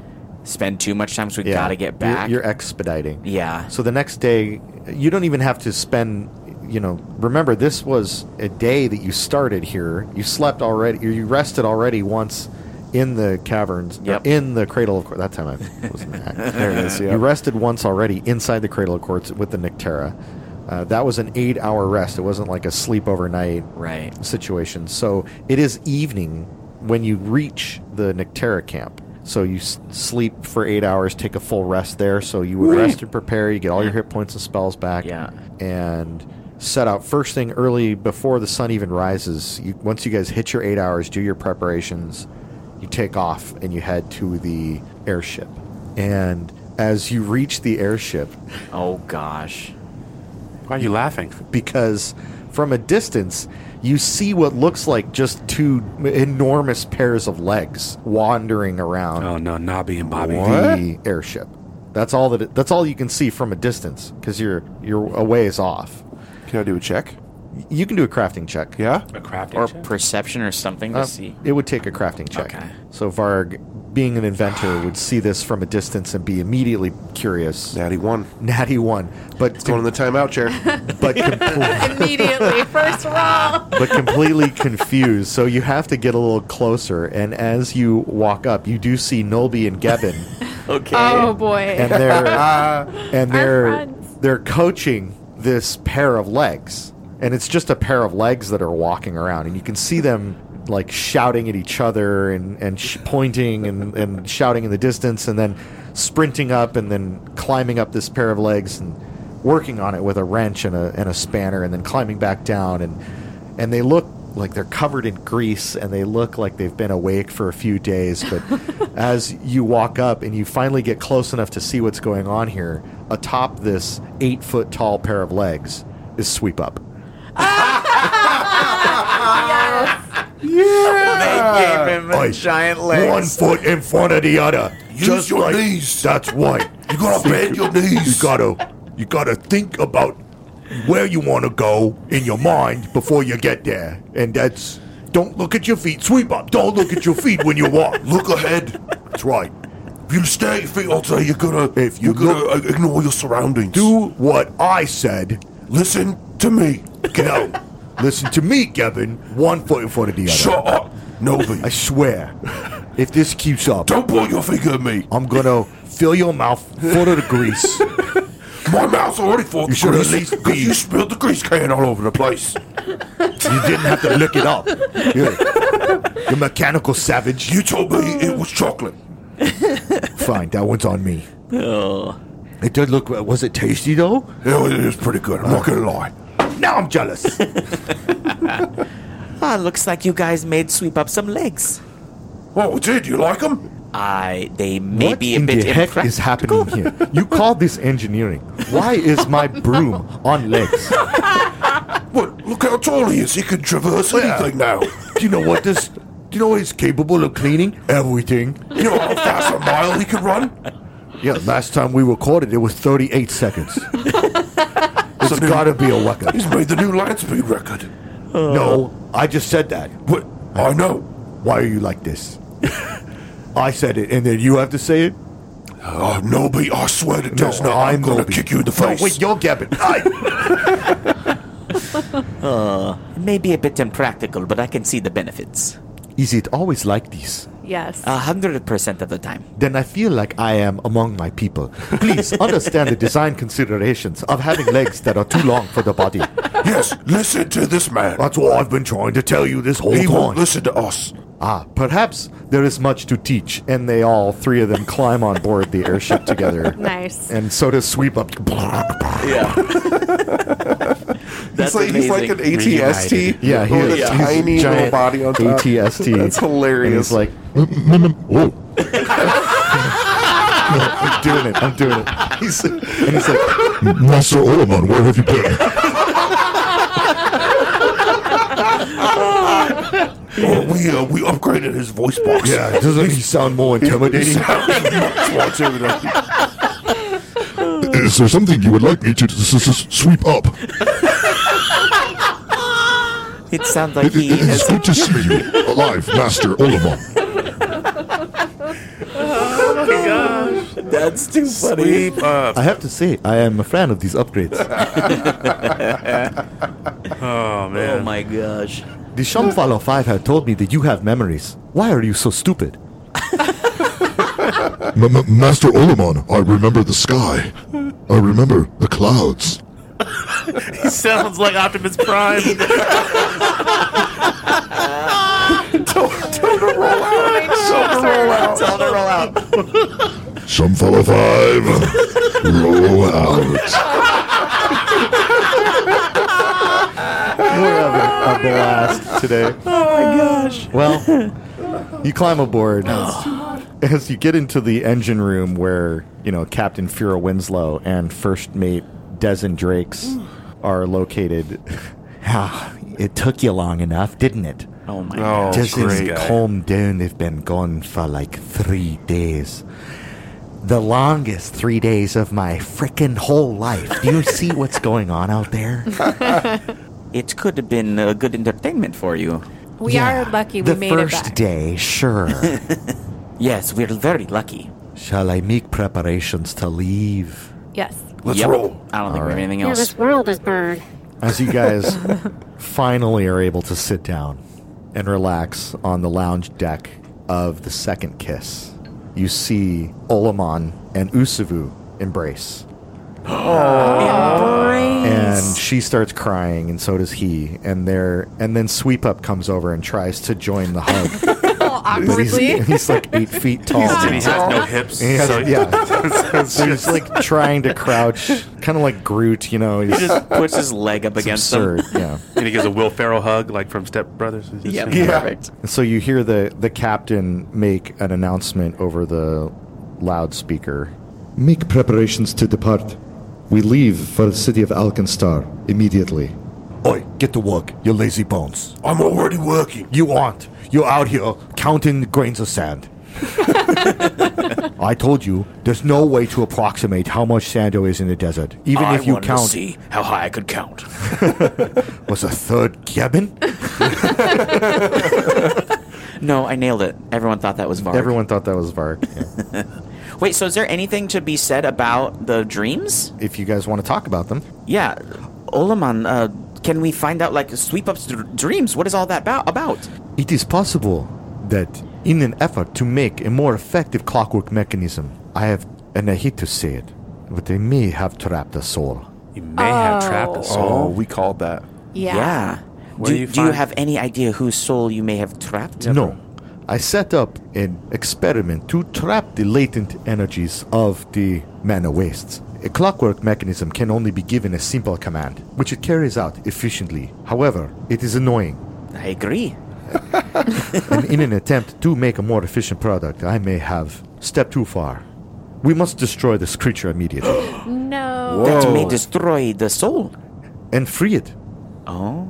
spend too much time. So we Yeah. gotta get back. You're, you're expediting. yeah. So the next day, you don't even have to spend. You know, remember this was a day that you started here. You slept already. or You rested already once in the caverns. or Yep. In the cradle of quartz. That time I wasn't [LAUGHS] that. there it is. You rested once already inside the cradle of quartz with the Nictera. Uh, that was an eight-hour rest. It wasn't like a sleep overnight right. situation. So it is evening when you reach the Nectera camp. So you s- sleep for eight hours, take a full rest there. So you would rest and prepare. You get all your hit points and spells back. Yeah. And set out first thing early before the sun even rises. You, once you guys hit your eight hours, do your preparations. You take off and you head to the airship. And as you reach the airship, Oh gosh. Why are you laughing? because from a distance you see what looks like just two enormous pairs of legs wandering around Oh no, Nobby and Bobby. the airship. That's all that it, that's all you can see from a distance because you're you're a ways off. Can I do a check? You can do a crafting check. Yeah. A crafting Or check? perception or something to Uh, see. it would take a crafting check. Okay. So Varg, being an inventor, would see this from a distance and be immediately curious. Natty one. Natty one, but Going in the [LAUGHS] timeout chair. but completely [LAUGHS] Immediately, first roll. but completely confused. So you have to get a little closer. And as you walk up, you do see Nolby and Gevin, Okay. Oh boy. [LAUGHS] and they're and they're friends. they're coaching this pair of legs, and it's just a pair of legs that are walking around, and you can see them like shouting at each other and and sh- pointing and and shouting in the distance, and then sprinting up and then climbing up this pair of legs and working on it with a wrench and a and a spanner, and then climbing back down and and they look like they're covered in grease and they look like they've been awake for a few days. But as you walk up and you finally get close enough to see what's going on here, atop this eight foot tall pair of legs is Sweep Up. They gave him a Oi. giant leg. foot in front of the other. Use your knees. That's why. You gotta bend your knees. You gotta, you gotta think about where you want to go in your mind before you get there, and that's don't look at your feet. Sweep up. Don't look at your feet when you walk. [LAUGHS] Look ahead. That's right. If you stay at your feet all day, you're gonna if you are going to ignore your surroundings. Do what I said. Listen to me. [LAUGHS] No. Listen to me, Kevin. One foot in front of the other. Shut up, Novi. I swear, if this keeps up, Don't point your finger at me. I'm gonna fill your mouth full of the grease. My mouth's already full. You You should should at least be- You spilled the grease can all over the place. You didn't have to lick it up. You're, you mechanical savage. You told me it was chocolate. Fine, that one's on me. It did look. Was it tasty though? It was, it was pretty good. I'm not gonna lie. Now I'm jealous. [LAUGHS] Ah, looks like you guys made sweep up some legs. Oh, we did. You like them? I they may what be a in bit the heck impractical. is happening here? You called this engineering. Why is my broom on legs? What? Look how tall he is. He can traverse anything now. Do you know what this? Do you know what he's capable of cleaning? Everything. You know how fast a mile he can run? Yeah, last time we recorded, it was 38 [LAUGHS] seconds. It's dude- gotta be a [LAUGHS] record. He's made the new land speed record. No, I just said that. What? I know. Why are you like [LAUGHS] this? I said it, and then you have to say it. Oh, Nobi, I swear to Desna, I'm, gonna Moby. kick you in the face. No, wait, you're [LAUGHS] Gavin. I, It may be a bit impractical, but I can see the benefits. is it always like this? Yes. uh, A hundred percent of the time. Then I feel like I am among my people. [LAUGHS] Please understand the design considerations of having legs that are too long for the body. yes, listen to this man. That's what I've been trying to tell you this whole he won't time. listen to us. Ah, perhaps there is much to teach, and they all three of them climb on board the airship together. nice. And so does Sweep Up. That's he's, like, he's like an amazing. ATST. Oh, Yeah, he with is. a He's a tiny little giant body on top. ATST. That's hilarious. And he's like, Oh, I'm doing it. I'm doing it. [LAUGHS] He's, and he's like, Master Olamon, where have you been? [LAUGHS] Oh, we uh, we upgraded his voice box. yeah, [LAUGHS] doesn't he sound more intimidating? Much [LAUGHS] more intimidating. Is there something you would like me to s- s- s- sweep up? It sounds like It- [LAUGHS] he it- it is has good to see you alive, Master Olamon. That's too funny. Sweep up. I have to say, I am a fan of these upgrades. Oh Oh man. my gosh. The Shumfalo 5 have told me that you have memories. Why are you so stupid? M- M- Master Olamon, I remember the sky. I remember the clouds. he sounds like Optimus Prime. Tell him to roll out. Some fellow [LAUGHS] five. Roll out. We're having a blast today. [LAUGHS] Oh my gosh. Well, [LAUGHS] you climb aboard. As you get into the engine room where, you know, Captain Fira Winslow and first mate Desin Drakes are located. [LAUGHS] Ah, it took you long enough, didn't it? Oh my Oh, Desin's great. calmed down. They've been gone for like three days. The longest three days of my frickin' whole life. Do you see what's going on out there? It could have been a good entertainment for you. [LAUGHS] we Yeah, are lucky we the made it first back. [LAUGHS] day, sure. Yes, we're very lucky. Shall I make preparations to leave? [LAUGHS] Yes. Let's Yep. roll. I don't think we have anything Yeah, else. this world is burned. As you guys [LAUGHS] finally are able to sit down and relax on the lounge deck of the second kiss, you see Olamon and Usuvu embrace. and she starts crying and so does he and they're and then sweep up comes over and tries to join the hug All but he's, awkwardly. he's like eight feet tall [LAUGHS] And now. he has no hips. He has- [LAUGHS] so yeah so he's like trying to crouch kind of like groot you know he's He just puts his leg up against absurd him. yeah and he gives a Will Ferrell hug, like from Step Brothers. Yeah, Yeah. perfect. and so you hear the the captain make an announcement over the loudspeaker Make preparations to depart. We leave for the city of Alkenstar immediately. Oi, get to work, you lazy bones. I'm already working. You aren't. You're out here counting grains of sand. I told you, there's no way to approximate how much sand there is in the desert. Even if you count, how high I could count. was a third cabin? No, I nailed it. Everyone thought that was Varg. everyone thought that was Varg [LAUGHS] yeah. Wait, so is there anything to be said about the dreams? if you guys want to talk about them Yeah, Olaman, uh, can we find out like sweep up dr- dreams? What is all that about? About? It is possible that in an effort to make a more effective clockwork mechanism, I have, and I hate to say it, but they may have trapped a soul. You may have trapped Oh. a Oh, soul. we called that. [LAUGHS] Yeah. Yeah. Where Do, do you do you find- have any idea whose soul you may have trapped? No. I set up an experiment to trap the latent energies of the mana wastes. A clockwork mechanism can only be given a simple command, which it carries out efficiently. However, it is annoying. I agree. and in an attempt to make a more efficient product, I may have stepped too far. We must destroy this creature immediately No. That Oh. may destroy the soul. and free it. Oh.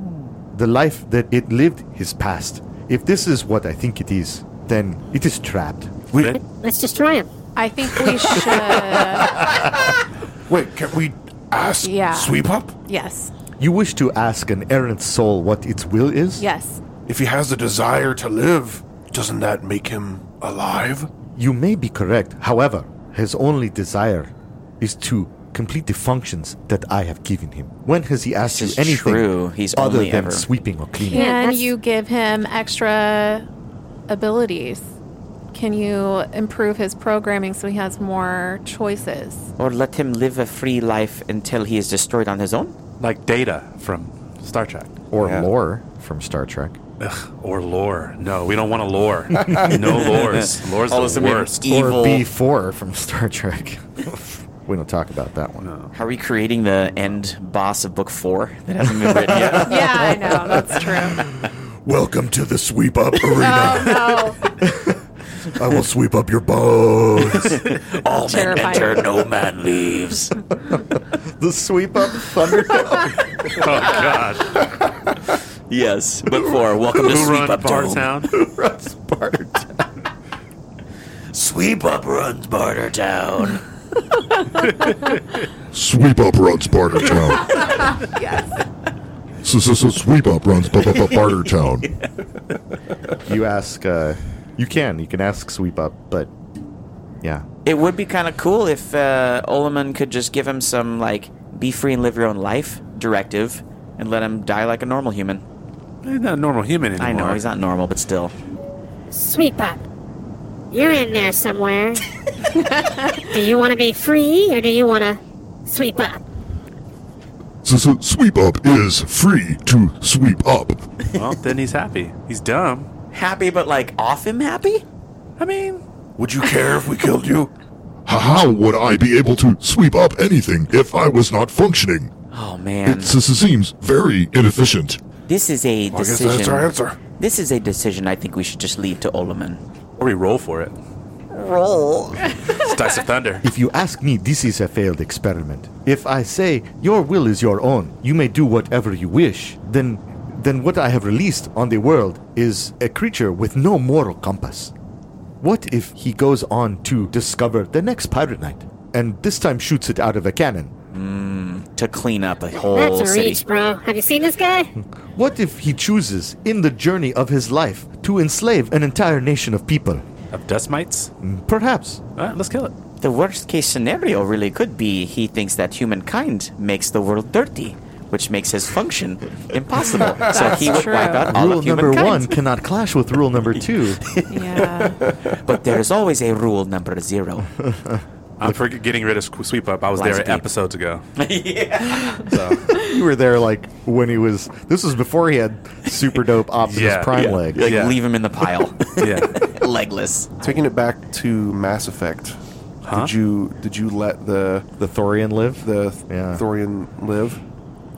The life that it lived is past. If this is what I think it is, then it is trapped. Wait, Let's destroy him. I think we should. wait, can we ask Yeah. Sweep Up yes. You wish to ask an errant soul what its will is? Yes. if he has a desire to live? Doesn't that make him alive? You may be correct. However, his only desire is to complete the functions that I have given him. When has he asked you is anything true. He's other only than ever- sweeping or cleaning? Yeah, Can that's- you give him extra abilities? Can you improve his programming so he has more choices? Or let him live a free life until he is destroyed on his own? Like Data from Star Trek. or lore from Star Trek Ugh, or lore. No, we don't want a lore. [LAUGHS] no lores. Lore's All of a the sudden we have worst. [LAUGHS] an e- Evil. or B4 from [LAUGHS] Star [LAUGHS] Trek. we don't talk about that one. Are we creating the end boss of book four that hasn't been written yet? Yeah, I know. [LAUGHS] That's true. Welcome to the sweep up arena. [LAUGHS] Oh, no. I will sweep up [LAUGHS] your bones. All men Terrifying. enter, no man leaves. The sweep up Thunderdome. oh, God. yes, book four. Welcome to Who Sweep runs Up Dome. Bartown? Sweep Up runs Barter Town. Sweep up runs Barter Town. yes. So, so, so sweep up runs bu- bu- bu- Barter Town. you ask uh you can you can ask sweep up but yeah It would be kind of cool if uh, Oleman could just give him some, like, be free and live your own life directive and let him die like a normal human. He's not a normal human anymore. I know, he's not normal, but still. Sweep up. You're in there somewhere. do you want to be free or do you want to sweep up? So, so sweep up is free to sweep up. Well, then he's happy. He's dumb. Happy, but, like, off him happy? I mean, Would you care if we killed you? H- How would I be able to sweep up anything if I was not functioning? Oh, man. It s- s- seems very inefficient. This is a I guess decision. that's our answer. This is a decision I think we should just leave to Oleman. or we roll for it. Roll. It's [LAUGHS] Dice of Thunder. if you ask me, this is a failed experiment. If I say your will is your own, you may do whatever you wish, then then what I have released on the world is a creature with no moral compass. What if he goes on to discover the next pirate knight and this time shoots it out of a cannon? To clean up a whole That's a city. reach, bro. Have you seen this guy? What if he chooses in the journey of his life to enslave an entire nation of people? Of dust mites? All Perhaps right, let's kill it. The worst case scenario really could be he thinks that humankind makes the world dirty, which makes his function impossible. so he would true. wipe out all rule of number humankind. one cannot clash with [LAUGHS] rule number two. Yeah. But there is always a rule number zero. I'm for getting rid of Squ- Sweep Up. I was Lies there deep. episodes [LAUGHS] ago. You were there like when he was. This was before he had super dope Optimus Yeah, Prime yeah. leg. Like Yeah. leave him in the pile, Yeah. [LAUGHS] legless. Taking it back to Mass Effect, did you did you let the The Thorian live. the Yeah. Thorian live,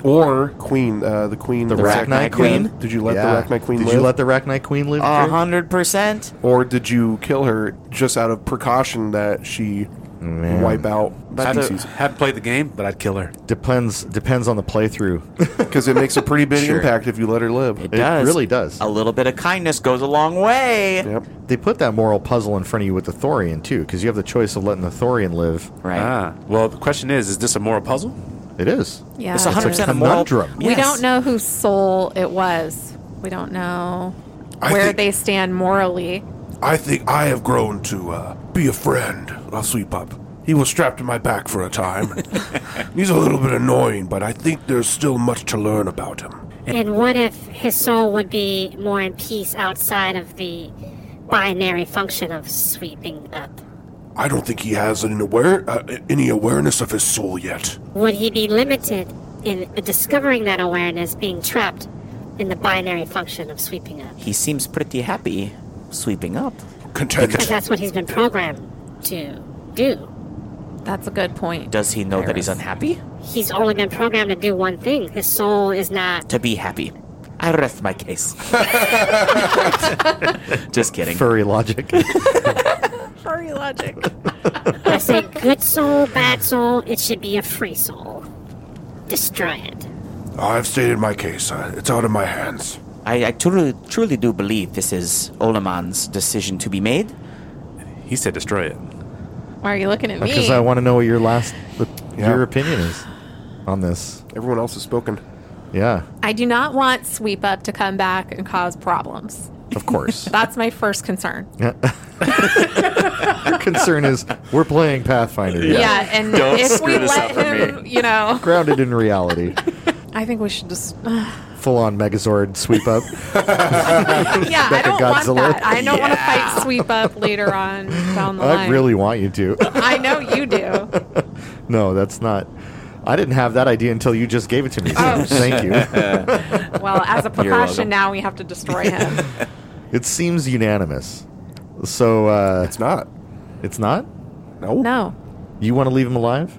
or Queen uh, the Queen the Arachnite Queen? Did you let Yeah. the Arachnite Queen Did live? Uh-huh. you let the Arachnite Queen live? A Drew? hundred percent. or did you kill her just out of precaution that she wipe out I species? haven't played the game, but I'd kill her. Depends depends on the [LAUGHS] playthrough. Because it makes a pretty big [LAUGHS] Sure. impact if you let her live. It It does. really does. A little bit of kindness goes a long way. Yep. they put that moral puzzle in front of you with the Thorian too, because you have the choice of letting the Thorian live. Right. Ah, well, the question is: Is this a moral puzzle? It is. Yeah. It's 100 percent a moral. conundrum. We Yes. don't know whose soul it was. We don't know where think- they stand morally. I think I have grown to uh, be a friend of Sweep Up. He was strapped to my back for a time. [LAUGHS] He's a little bit annoying, but I think there's still much to learn about him. And what if his soul would be more in peace outside of the binary function of sweeping up? I don't think he has an aware, uh, any awareness of his soul yet. Would he be limited in discovering that awareness, being trapped in the binary function of sweeping up? He seems pretty happy sweeping up. Because Content. [LAUGHS] that's what he's been programmed to do. That's a good point. Does he know that he's unhappy? He's only been programmed to do one thing. His soul is not. To be happy. I rest my case. [LAUGHS] Just kidding. Furry [LAUGHS] logic. [LAUGHS] Furry logic. I say good soul, bad soul. It should be a free soul. Destroy it. I've stated my case. Uh, it's out of my hands. I, I truly, truly do believe this is Olaman's decision to be made. He said destroy it. Why are you looking at me? Because I want to know what your last Yeah. your opinion is on this. Everyone else has spoken. Yeah, I do not want Sweep Up to come back and cause problems. of course. That's my first concern. Your concern is we're playing Pathfinder. Yeah, here. and if we let him, you know, Grounded in reality. I think we should [LAUGHS] just. Full on Megazord sweep up. yeah, I Becca don't Godzilla. want that. I don't want to fight Sweep Up later on down the I line. really want you to. I know you do. No, that's not. I didn't have that idea until you just gave it to me. So Oh. [LAUGHS] thank you. Well, as a welcome. precaution, now we have to destroy him. It seems unanimous. So uh, It's not. it's not. No. [LAUGHS] No. You want to leave him alive?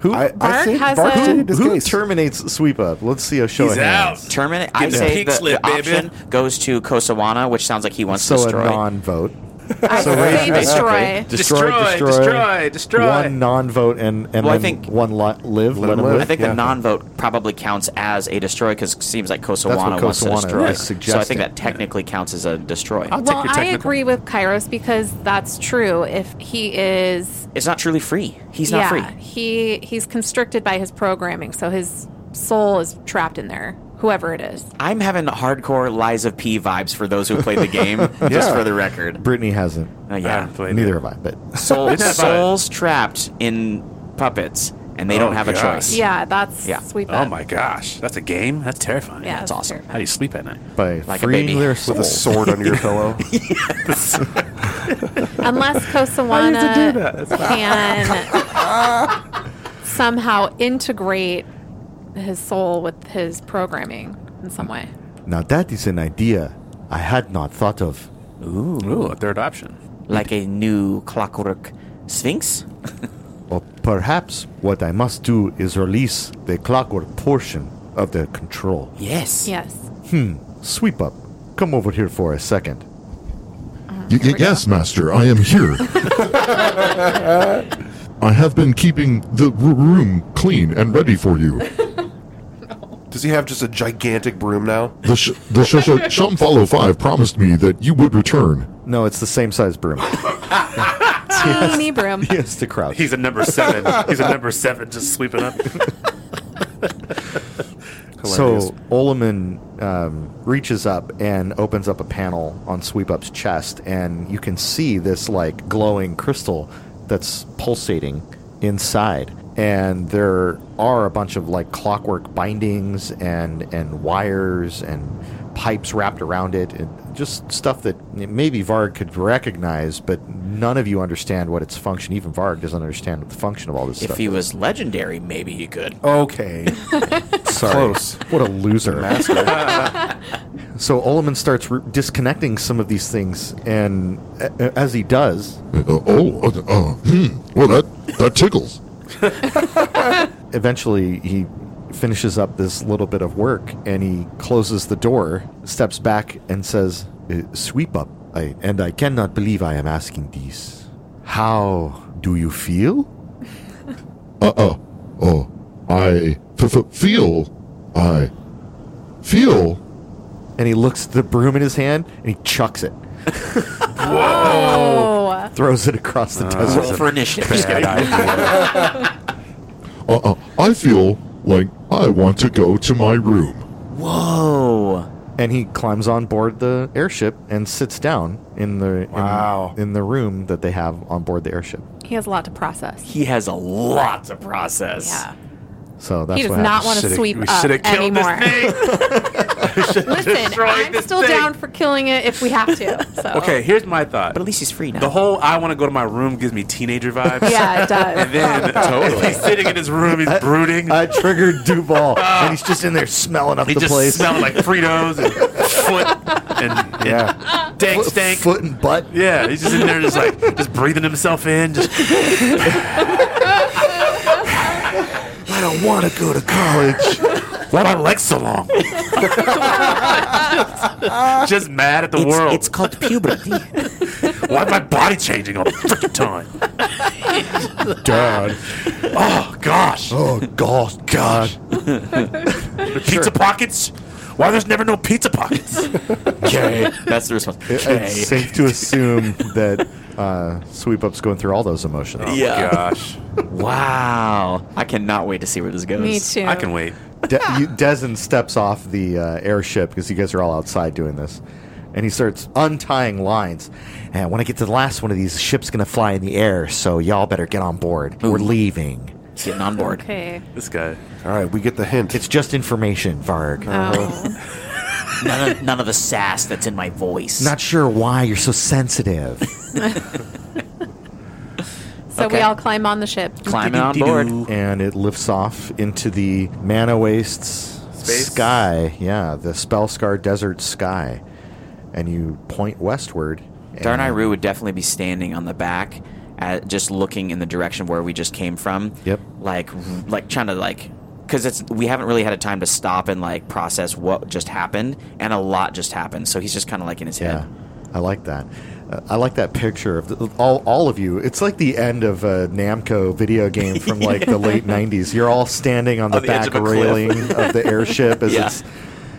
Who? I, I Bark think has Bark a- stated his who case. terminates sweep up? Let's see a show He's of hands. out. Terminate. I Give me a say pink the, slip, the baby. option goes to Kosawana, which sounds like he wants So to a destroy. non-vote. I say wait, destroy. Destroy, Destroy, destroy, destroy, destroy. One non-vote and and Well, I then think- one li- live. Let, him him live. live. I think Yeah. the non-vote probably counts as a destroy because it seems like Kosawana what wants to Kosawana destroy. is So I suggesting. think that technically counts as a destroy. Well, your I technical. agree with Kairos because that's true. If he is, It's not truly free. He's not yeah, free. he he's constricted by his programming, so his soul is trapped in there. Whoever it is, I'm having hardcore Lies of P vibes for those who played the game, just Yeah. for the record. Brittany hasn't. Uh, I yeah. haven't played Neither it. have I. But Soul, It's not souls trapped in puppets, and they Oh, don't have a God. choice. yeah, that's Yeah. sweep. Oh up. my gosh, that's a game. That's terrifying. yeah, that's awesome. How do you sleep at night? by Like a freeing baby. their With soul, with a sword under [LAUGHS] your pillow. [LAUGHS] Unless Kosawana can somehow integrate his soul with his programming in some way. Now that is an idea I had not thought of. Ooh, a third option. Like a new clockwork sphinx? Or perhaps what I must do is release the clockwork portion of their control. Yes. Yes. Sweep up. Come over here for a second. Y- y- yes, Master, I am here. I have been keeping the r- room clean and ready for you. Does he have just a gigantic broom now? The, sh- the sh- sh- Shumfollow 5 promised me that you would return. No, it's the same size broom. [LAUGHS] Teeny broom. yes, the crouch. He's a number seven. He's a number seven, just [LAUGHS] sweeping up. So Oleman um, reaches up and opens up a panel on Sweep Up's chest, and you can see this like glowing crystal that's pulsating inside. And there are a bunch of like clockwork bindings and and wires and pipes wrapped around it, and just stuff that maybe Varg could recognize, but none of you understand what its function. Even Varg doesn't understand what the function of all this If stuff. he was legendary, maybe he could. Okay. [LAUGHS] Sorry. Close. What a loser. [LAUGHS] so Oleman starts re- disconnecting some of these things, and a- a- as he does, Uh, oh, uh, uh, hmm. Well, that that tickles. eventually he finishes up this little bit of work and he closes the door, steps back, and says, "Uh, Sweep up. I, and I cannot believe I am asking these. How do you feel? Uh, uh, oh, I f- f- feel, I feel. And he looks at the broom in his hand and he chucks it, Oh, [LAUGHS] throws it across the Oh, desert. Roll for initiative. Just kidding. Uh, uh, I feel like I want to go to my room. Whoa. and he climbs on board the airship and sits down in the in- Wow. in, the room that they have on board the airship. he has a lot to process. He has a lot to process. Yeah. So that's he does what not happens. want to Shoulda- sweep we up shoulda killed this anymore. [LAUGHS] Listen, I'm this still thing. down for killing it if we have to. So. Okay, here's my thought. But at least he's free now. the whole I want to go to my room gives me teenager vibes. Yeah, it does. [LAUGHS] Then totally. he's sitting in his room, he's brooding. I triggered Duval, and he's just in there smelling up he the just place, smelling like Fritos [LAUGHS] and foot and, yeah. and dank [LAUGHS] stank. foot and butt. Yeah, he's just in there, just like just breathing himself in. [LAUGHS] Just I don't want to go to college. why my legs so long? [LAUGHS] just mad at the It's, world. it's called [LAUGHS] puberty. Why my body changing all the freaking [LAUGHS] time? Dad, Oh gosh, oh gosh, God, The pizza pockets. Why there's never no pizza pockets? okay. That's the response. it's safe to assume that uh, Sweep Up's going through all those emotions. [LAUGHS] Yeah. Gosh, Wow. I cannot wait to see where this goes. Me too. I can wait. De- you, Dezen steps off the uh, airship because you guys are all outside doing this, and he starts untying lines. And when I get to the last one of these, the ship's gonna fly in the air, so y'all better get on board. We're leaving. He's getting on board. Okay. This guy. All right, we get the hint. It's just information, Varg. Oh. None of, none of the sass that's in my voice. Not sure why you're so sensitive. So Okay. we all climb on the ship. climbing on board. and it lifts off into the Mana Wastes Space? sky. Yeah, the Spellscar Desert sky. And you point westward. and- uh, Darnayru would definitely be standing on the back, at, just looking in the direction where we just came from. Yep. Like, like trying to like, because it's we haven't really had a time to stop and like process what just happened, and a lot just happened. So he's just kind of like in his Yeah, head. I like that. Uh, I like that picture of the, all, all of you. It's like the end of a Namco video game [LAUGHS] from like the late '90s. You're all standing on the, On the edge back of a cliff. railing of the [LAUGHS] airship as Yeah. it's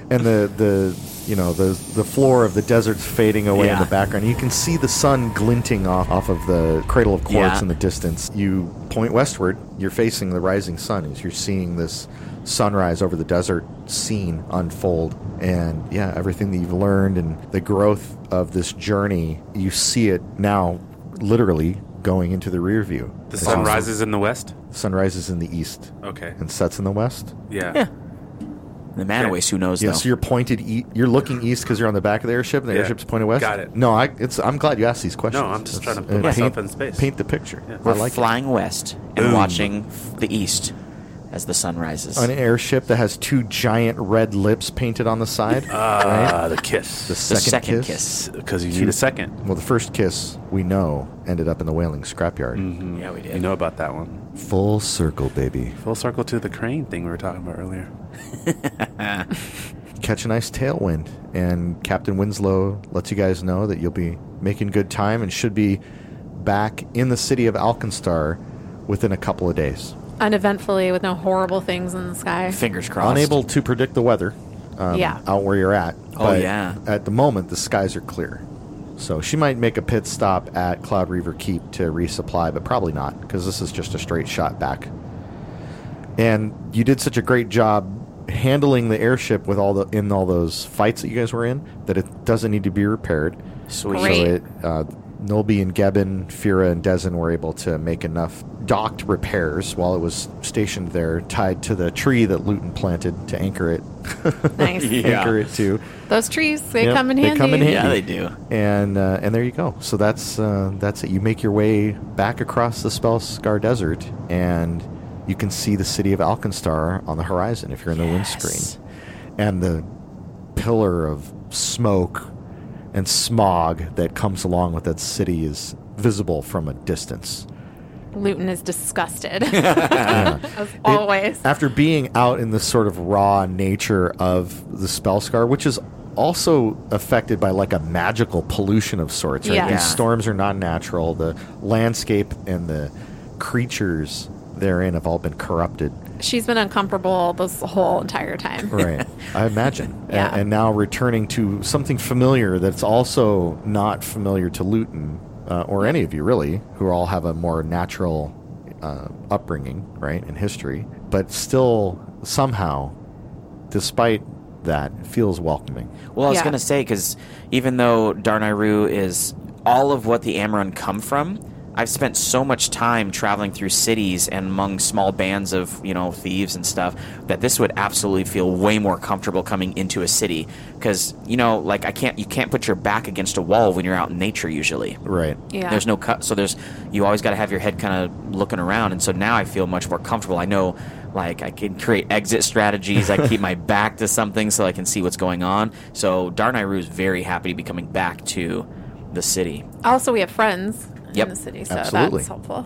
and the the you know the the floor of the desert's fading away in Yeah. the background. You can see the sun glinting off off of the cradle of quartz Yeah. in the distance. You point westward. You're facing the rising sun as you're seeing this sunrise over the desert scene unfold. And yeah, everything that you've learned and the growth of this journey, you see it now, literally going into the rear view. The sun rises in the west. Sun rises in the east Okay. and sets in the west. Yeah. The man Okay. always who knows Yeah, though. so you're pointed. E- you're looking east because you're on the back of the airship, and the Yeah. airship's pointed west. Got it. No, I, it's. I'm glad you asked these questions. No, I'm just That's- trying to put uh, myself paint, in space. Paint the picture. We're I like it. flying west and watching f- the east as the sun rises. an airship that has two giant red lips painted on the side. Ah, the kiss. the second kiss. Because you need a second. Well, the first kiss we know ended up in the whaling scrapyard. Yeah, we did. You know about that one. Full circle, baby. Full circle to the crane thing we were talking about earlier. Catch a nice tailwind, and Captain Winslow lets you guys know that you'll be making good time and should be back in the city of Alkenstar within a couple of days. Uneventfully with no horrible things in [LAUGHS] the sky. Fingers crossed. Unable to predict the weather um, Yeah. out where you're at. Oh, yeah. At the moment, the skies are clear. So she might make a pit stop at Cloud Reaver Keep to resupply, but probably not because this is just a straight shot back. And you did such a great job handling the airship with all the in all those fights that you guys were in that it doesn't need to be repaired. Sweet. So Great. it uh, Nolby and Gebben, Fira and Dezen were able to make enough docked repairs while it was stationed there, tied to the tree that Luton planted to anchor it, Nice. anchor it to. Those trees, they Yep, come in they handy. come in handy. Yeah, they do. And uh, and there you go. So that's uh, that's it. You make your way back across the Spellscar Desert, and you can see the city of Alkenstar on the horizon if you're in the windscreen, and the pillar of smoke and smog that comes along with that city is visible from a distance. Luton is disgusted. [LAUGHS] As always. after being out in the sort of raw nature of the spell scar, which is also affected by like a magical pollution of sorts, right? Yeah. These Yeah. storms are not natural. The landscape and the creatures therein have all been corrupted. She's been uncomfortable this whole entire time. Right. [LAUGHS] I imagine. A- Yeah. And, now returning to something familiar that's also not familiar to Luton uh, or any of you, really, who all have a more natural uh, upbringing, right, in history, but still somehow, despite that, it feels welcoming. Well, I was Yeah. gonna say because even though Darnayru is all of what the Amaran come from, I've spent so much time traveling through cities and among small bands of you know thieves and stuff that this would absolutely feel way more comfortable coming into a city because you know like I can't you can't put your back against a wall when you're out in nature usually. Right. Yeah. There's no cut, so there's you always got to have your head kind of looking around, and so now I feel much more comfortable. I know, like I can create exit strategies. I keep [LAUGHS] my back to something so I can see what's going on. So Darnayru is very happy to be coming back to the city. Also, we have friends in Yep. the city, so Absolutely. that's helpful.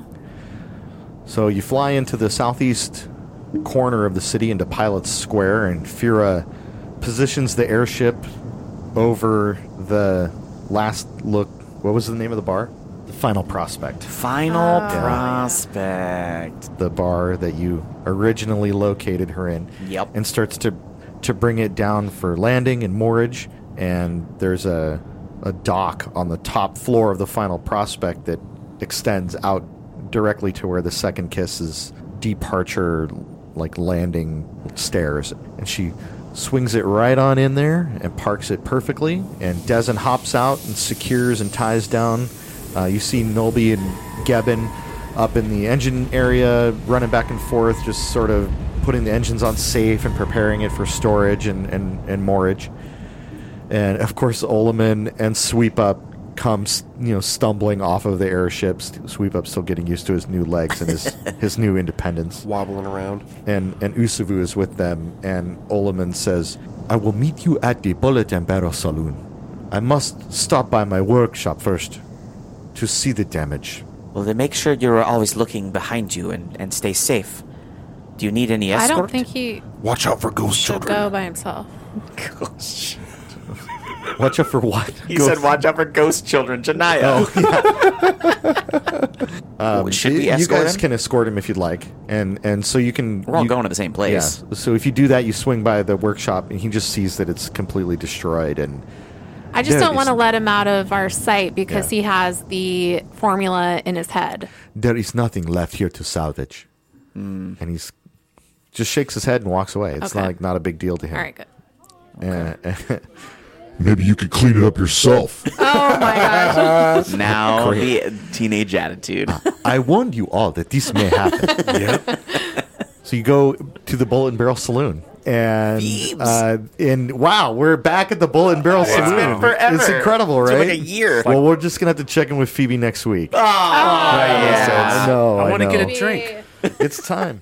So you fly into the southeast corner of the city into Pilot's Square, and Fira positions the airship over the last look. What was the name of the bar? The Final Prospect. Oh, Final prospect. The bar that you originally located her in. Yep. And starts to to bring it down for landing and moorage. And there's a a dock on the top floor of the Final Prospect that extends out directly to where the second kiss's departure like landing stairs and she swings it right on in there and parks it perfectly and Dezen hops out and secures and ties down uh, you see Nolby and Gebben up in the engine area running back and forth just sort of putting the engines on safe and preparing it for storage and, and, and moorage and of course Olaman and Sweep Up comes you know stumbling off of the airship. S- Sweep Up still getting used to his new legs and his his new independence. wobbling around. And and Usuvu is with them. And Olaman says, "I will meet you at the Bullet and Barrel Saloon. I must stop by my workshop first to see the damage." Well, then make sure you're always looking behind you and, and stay safe. Do you need any escort? I don't think he Watch out for ghost should children. go by himself. Watch out for what? he said, "Watch out for ghost children, Janaya." Oh, [LAUGHS] Um, Should Um, You- we escort you guys him? can escort him if you'd like, and and so you can. We're all you- going to the same place. Yeah. So if you do that, you swing by the workshop, and he just sees that it's completely destroyed, and I just Yeah, don't want to it's- let him out of our sight because Yeah. he has the formula in his head. there is nothing left here to salvage. Hmm. And he's just shakes his head and walks away. It's Okay. not like not a big deal to him. Eh, All right, good. Maybe you could clean it up yourself. Oh my gosh. Now the teenage attitude. I warned you all that this may happen. So you go to the Bullet and Barrel Saloon. And uh, and wow, we're back at the Bullet and Barrel Saloon. been forever. It's incredible, It's right? been like a year. Oh. Well, we're just gonna have to check in with Phoebe next week. I know. I want to know. get a drink. It's time.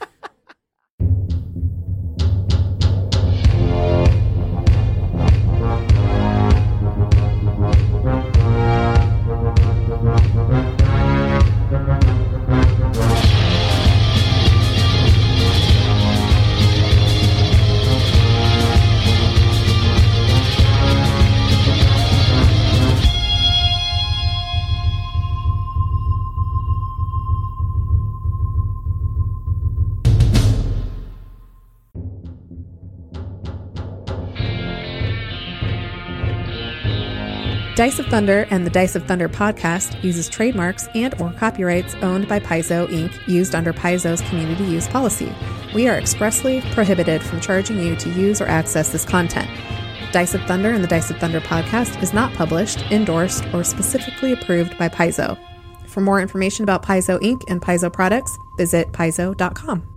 Dice of Thunder and the Dice of Thunder podcast uses trademarks and or copyrights owned by Paizo Inc. used under Paizo's community use policy. We are expressly prohibited from charging you to use or access this content. Dice of Thunder and the Dice of Thunder podcast is not published, endorsed, or specifically approved by Paizo. For more information about Paizo Inc. and Paizo products, visit paizo.com.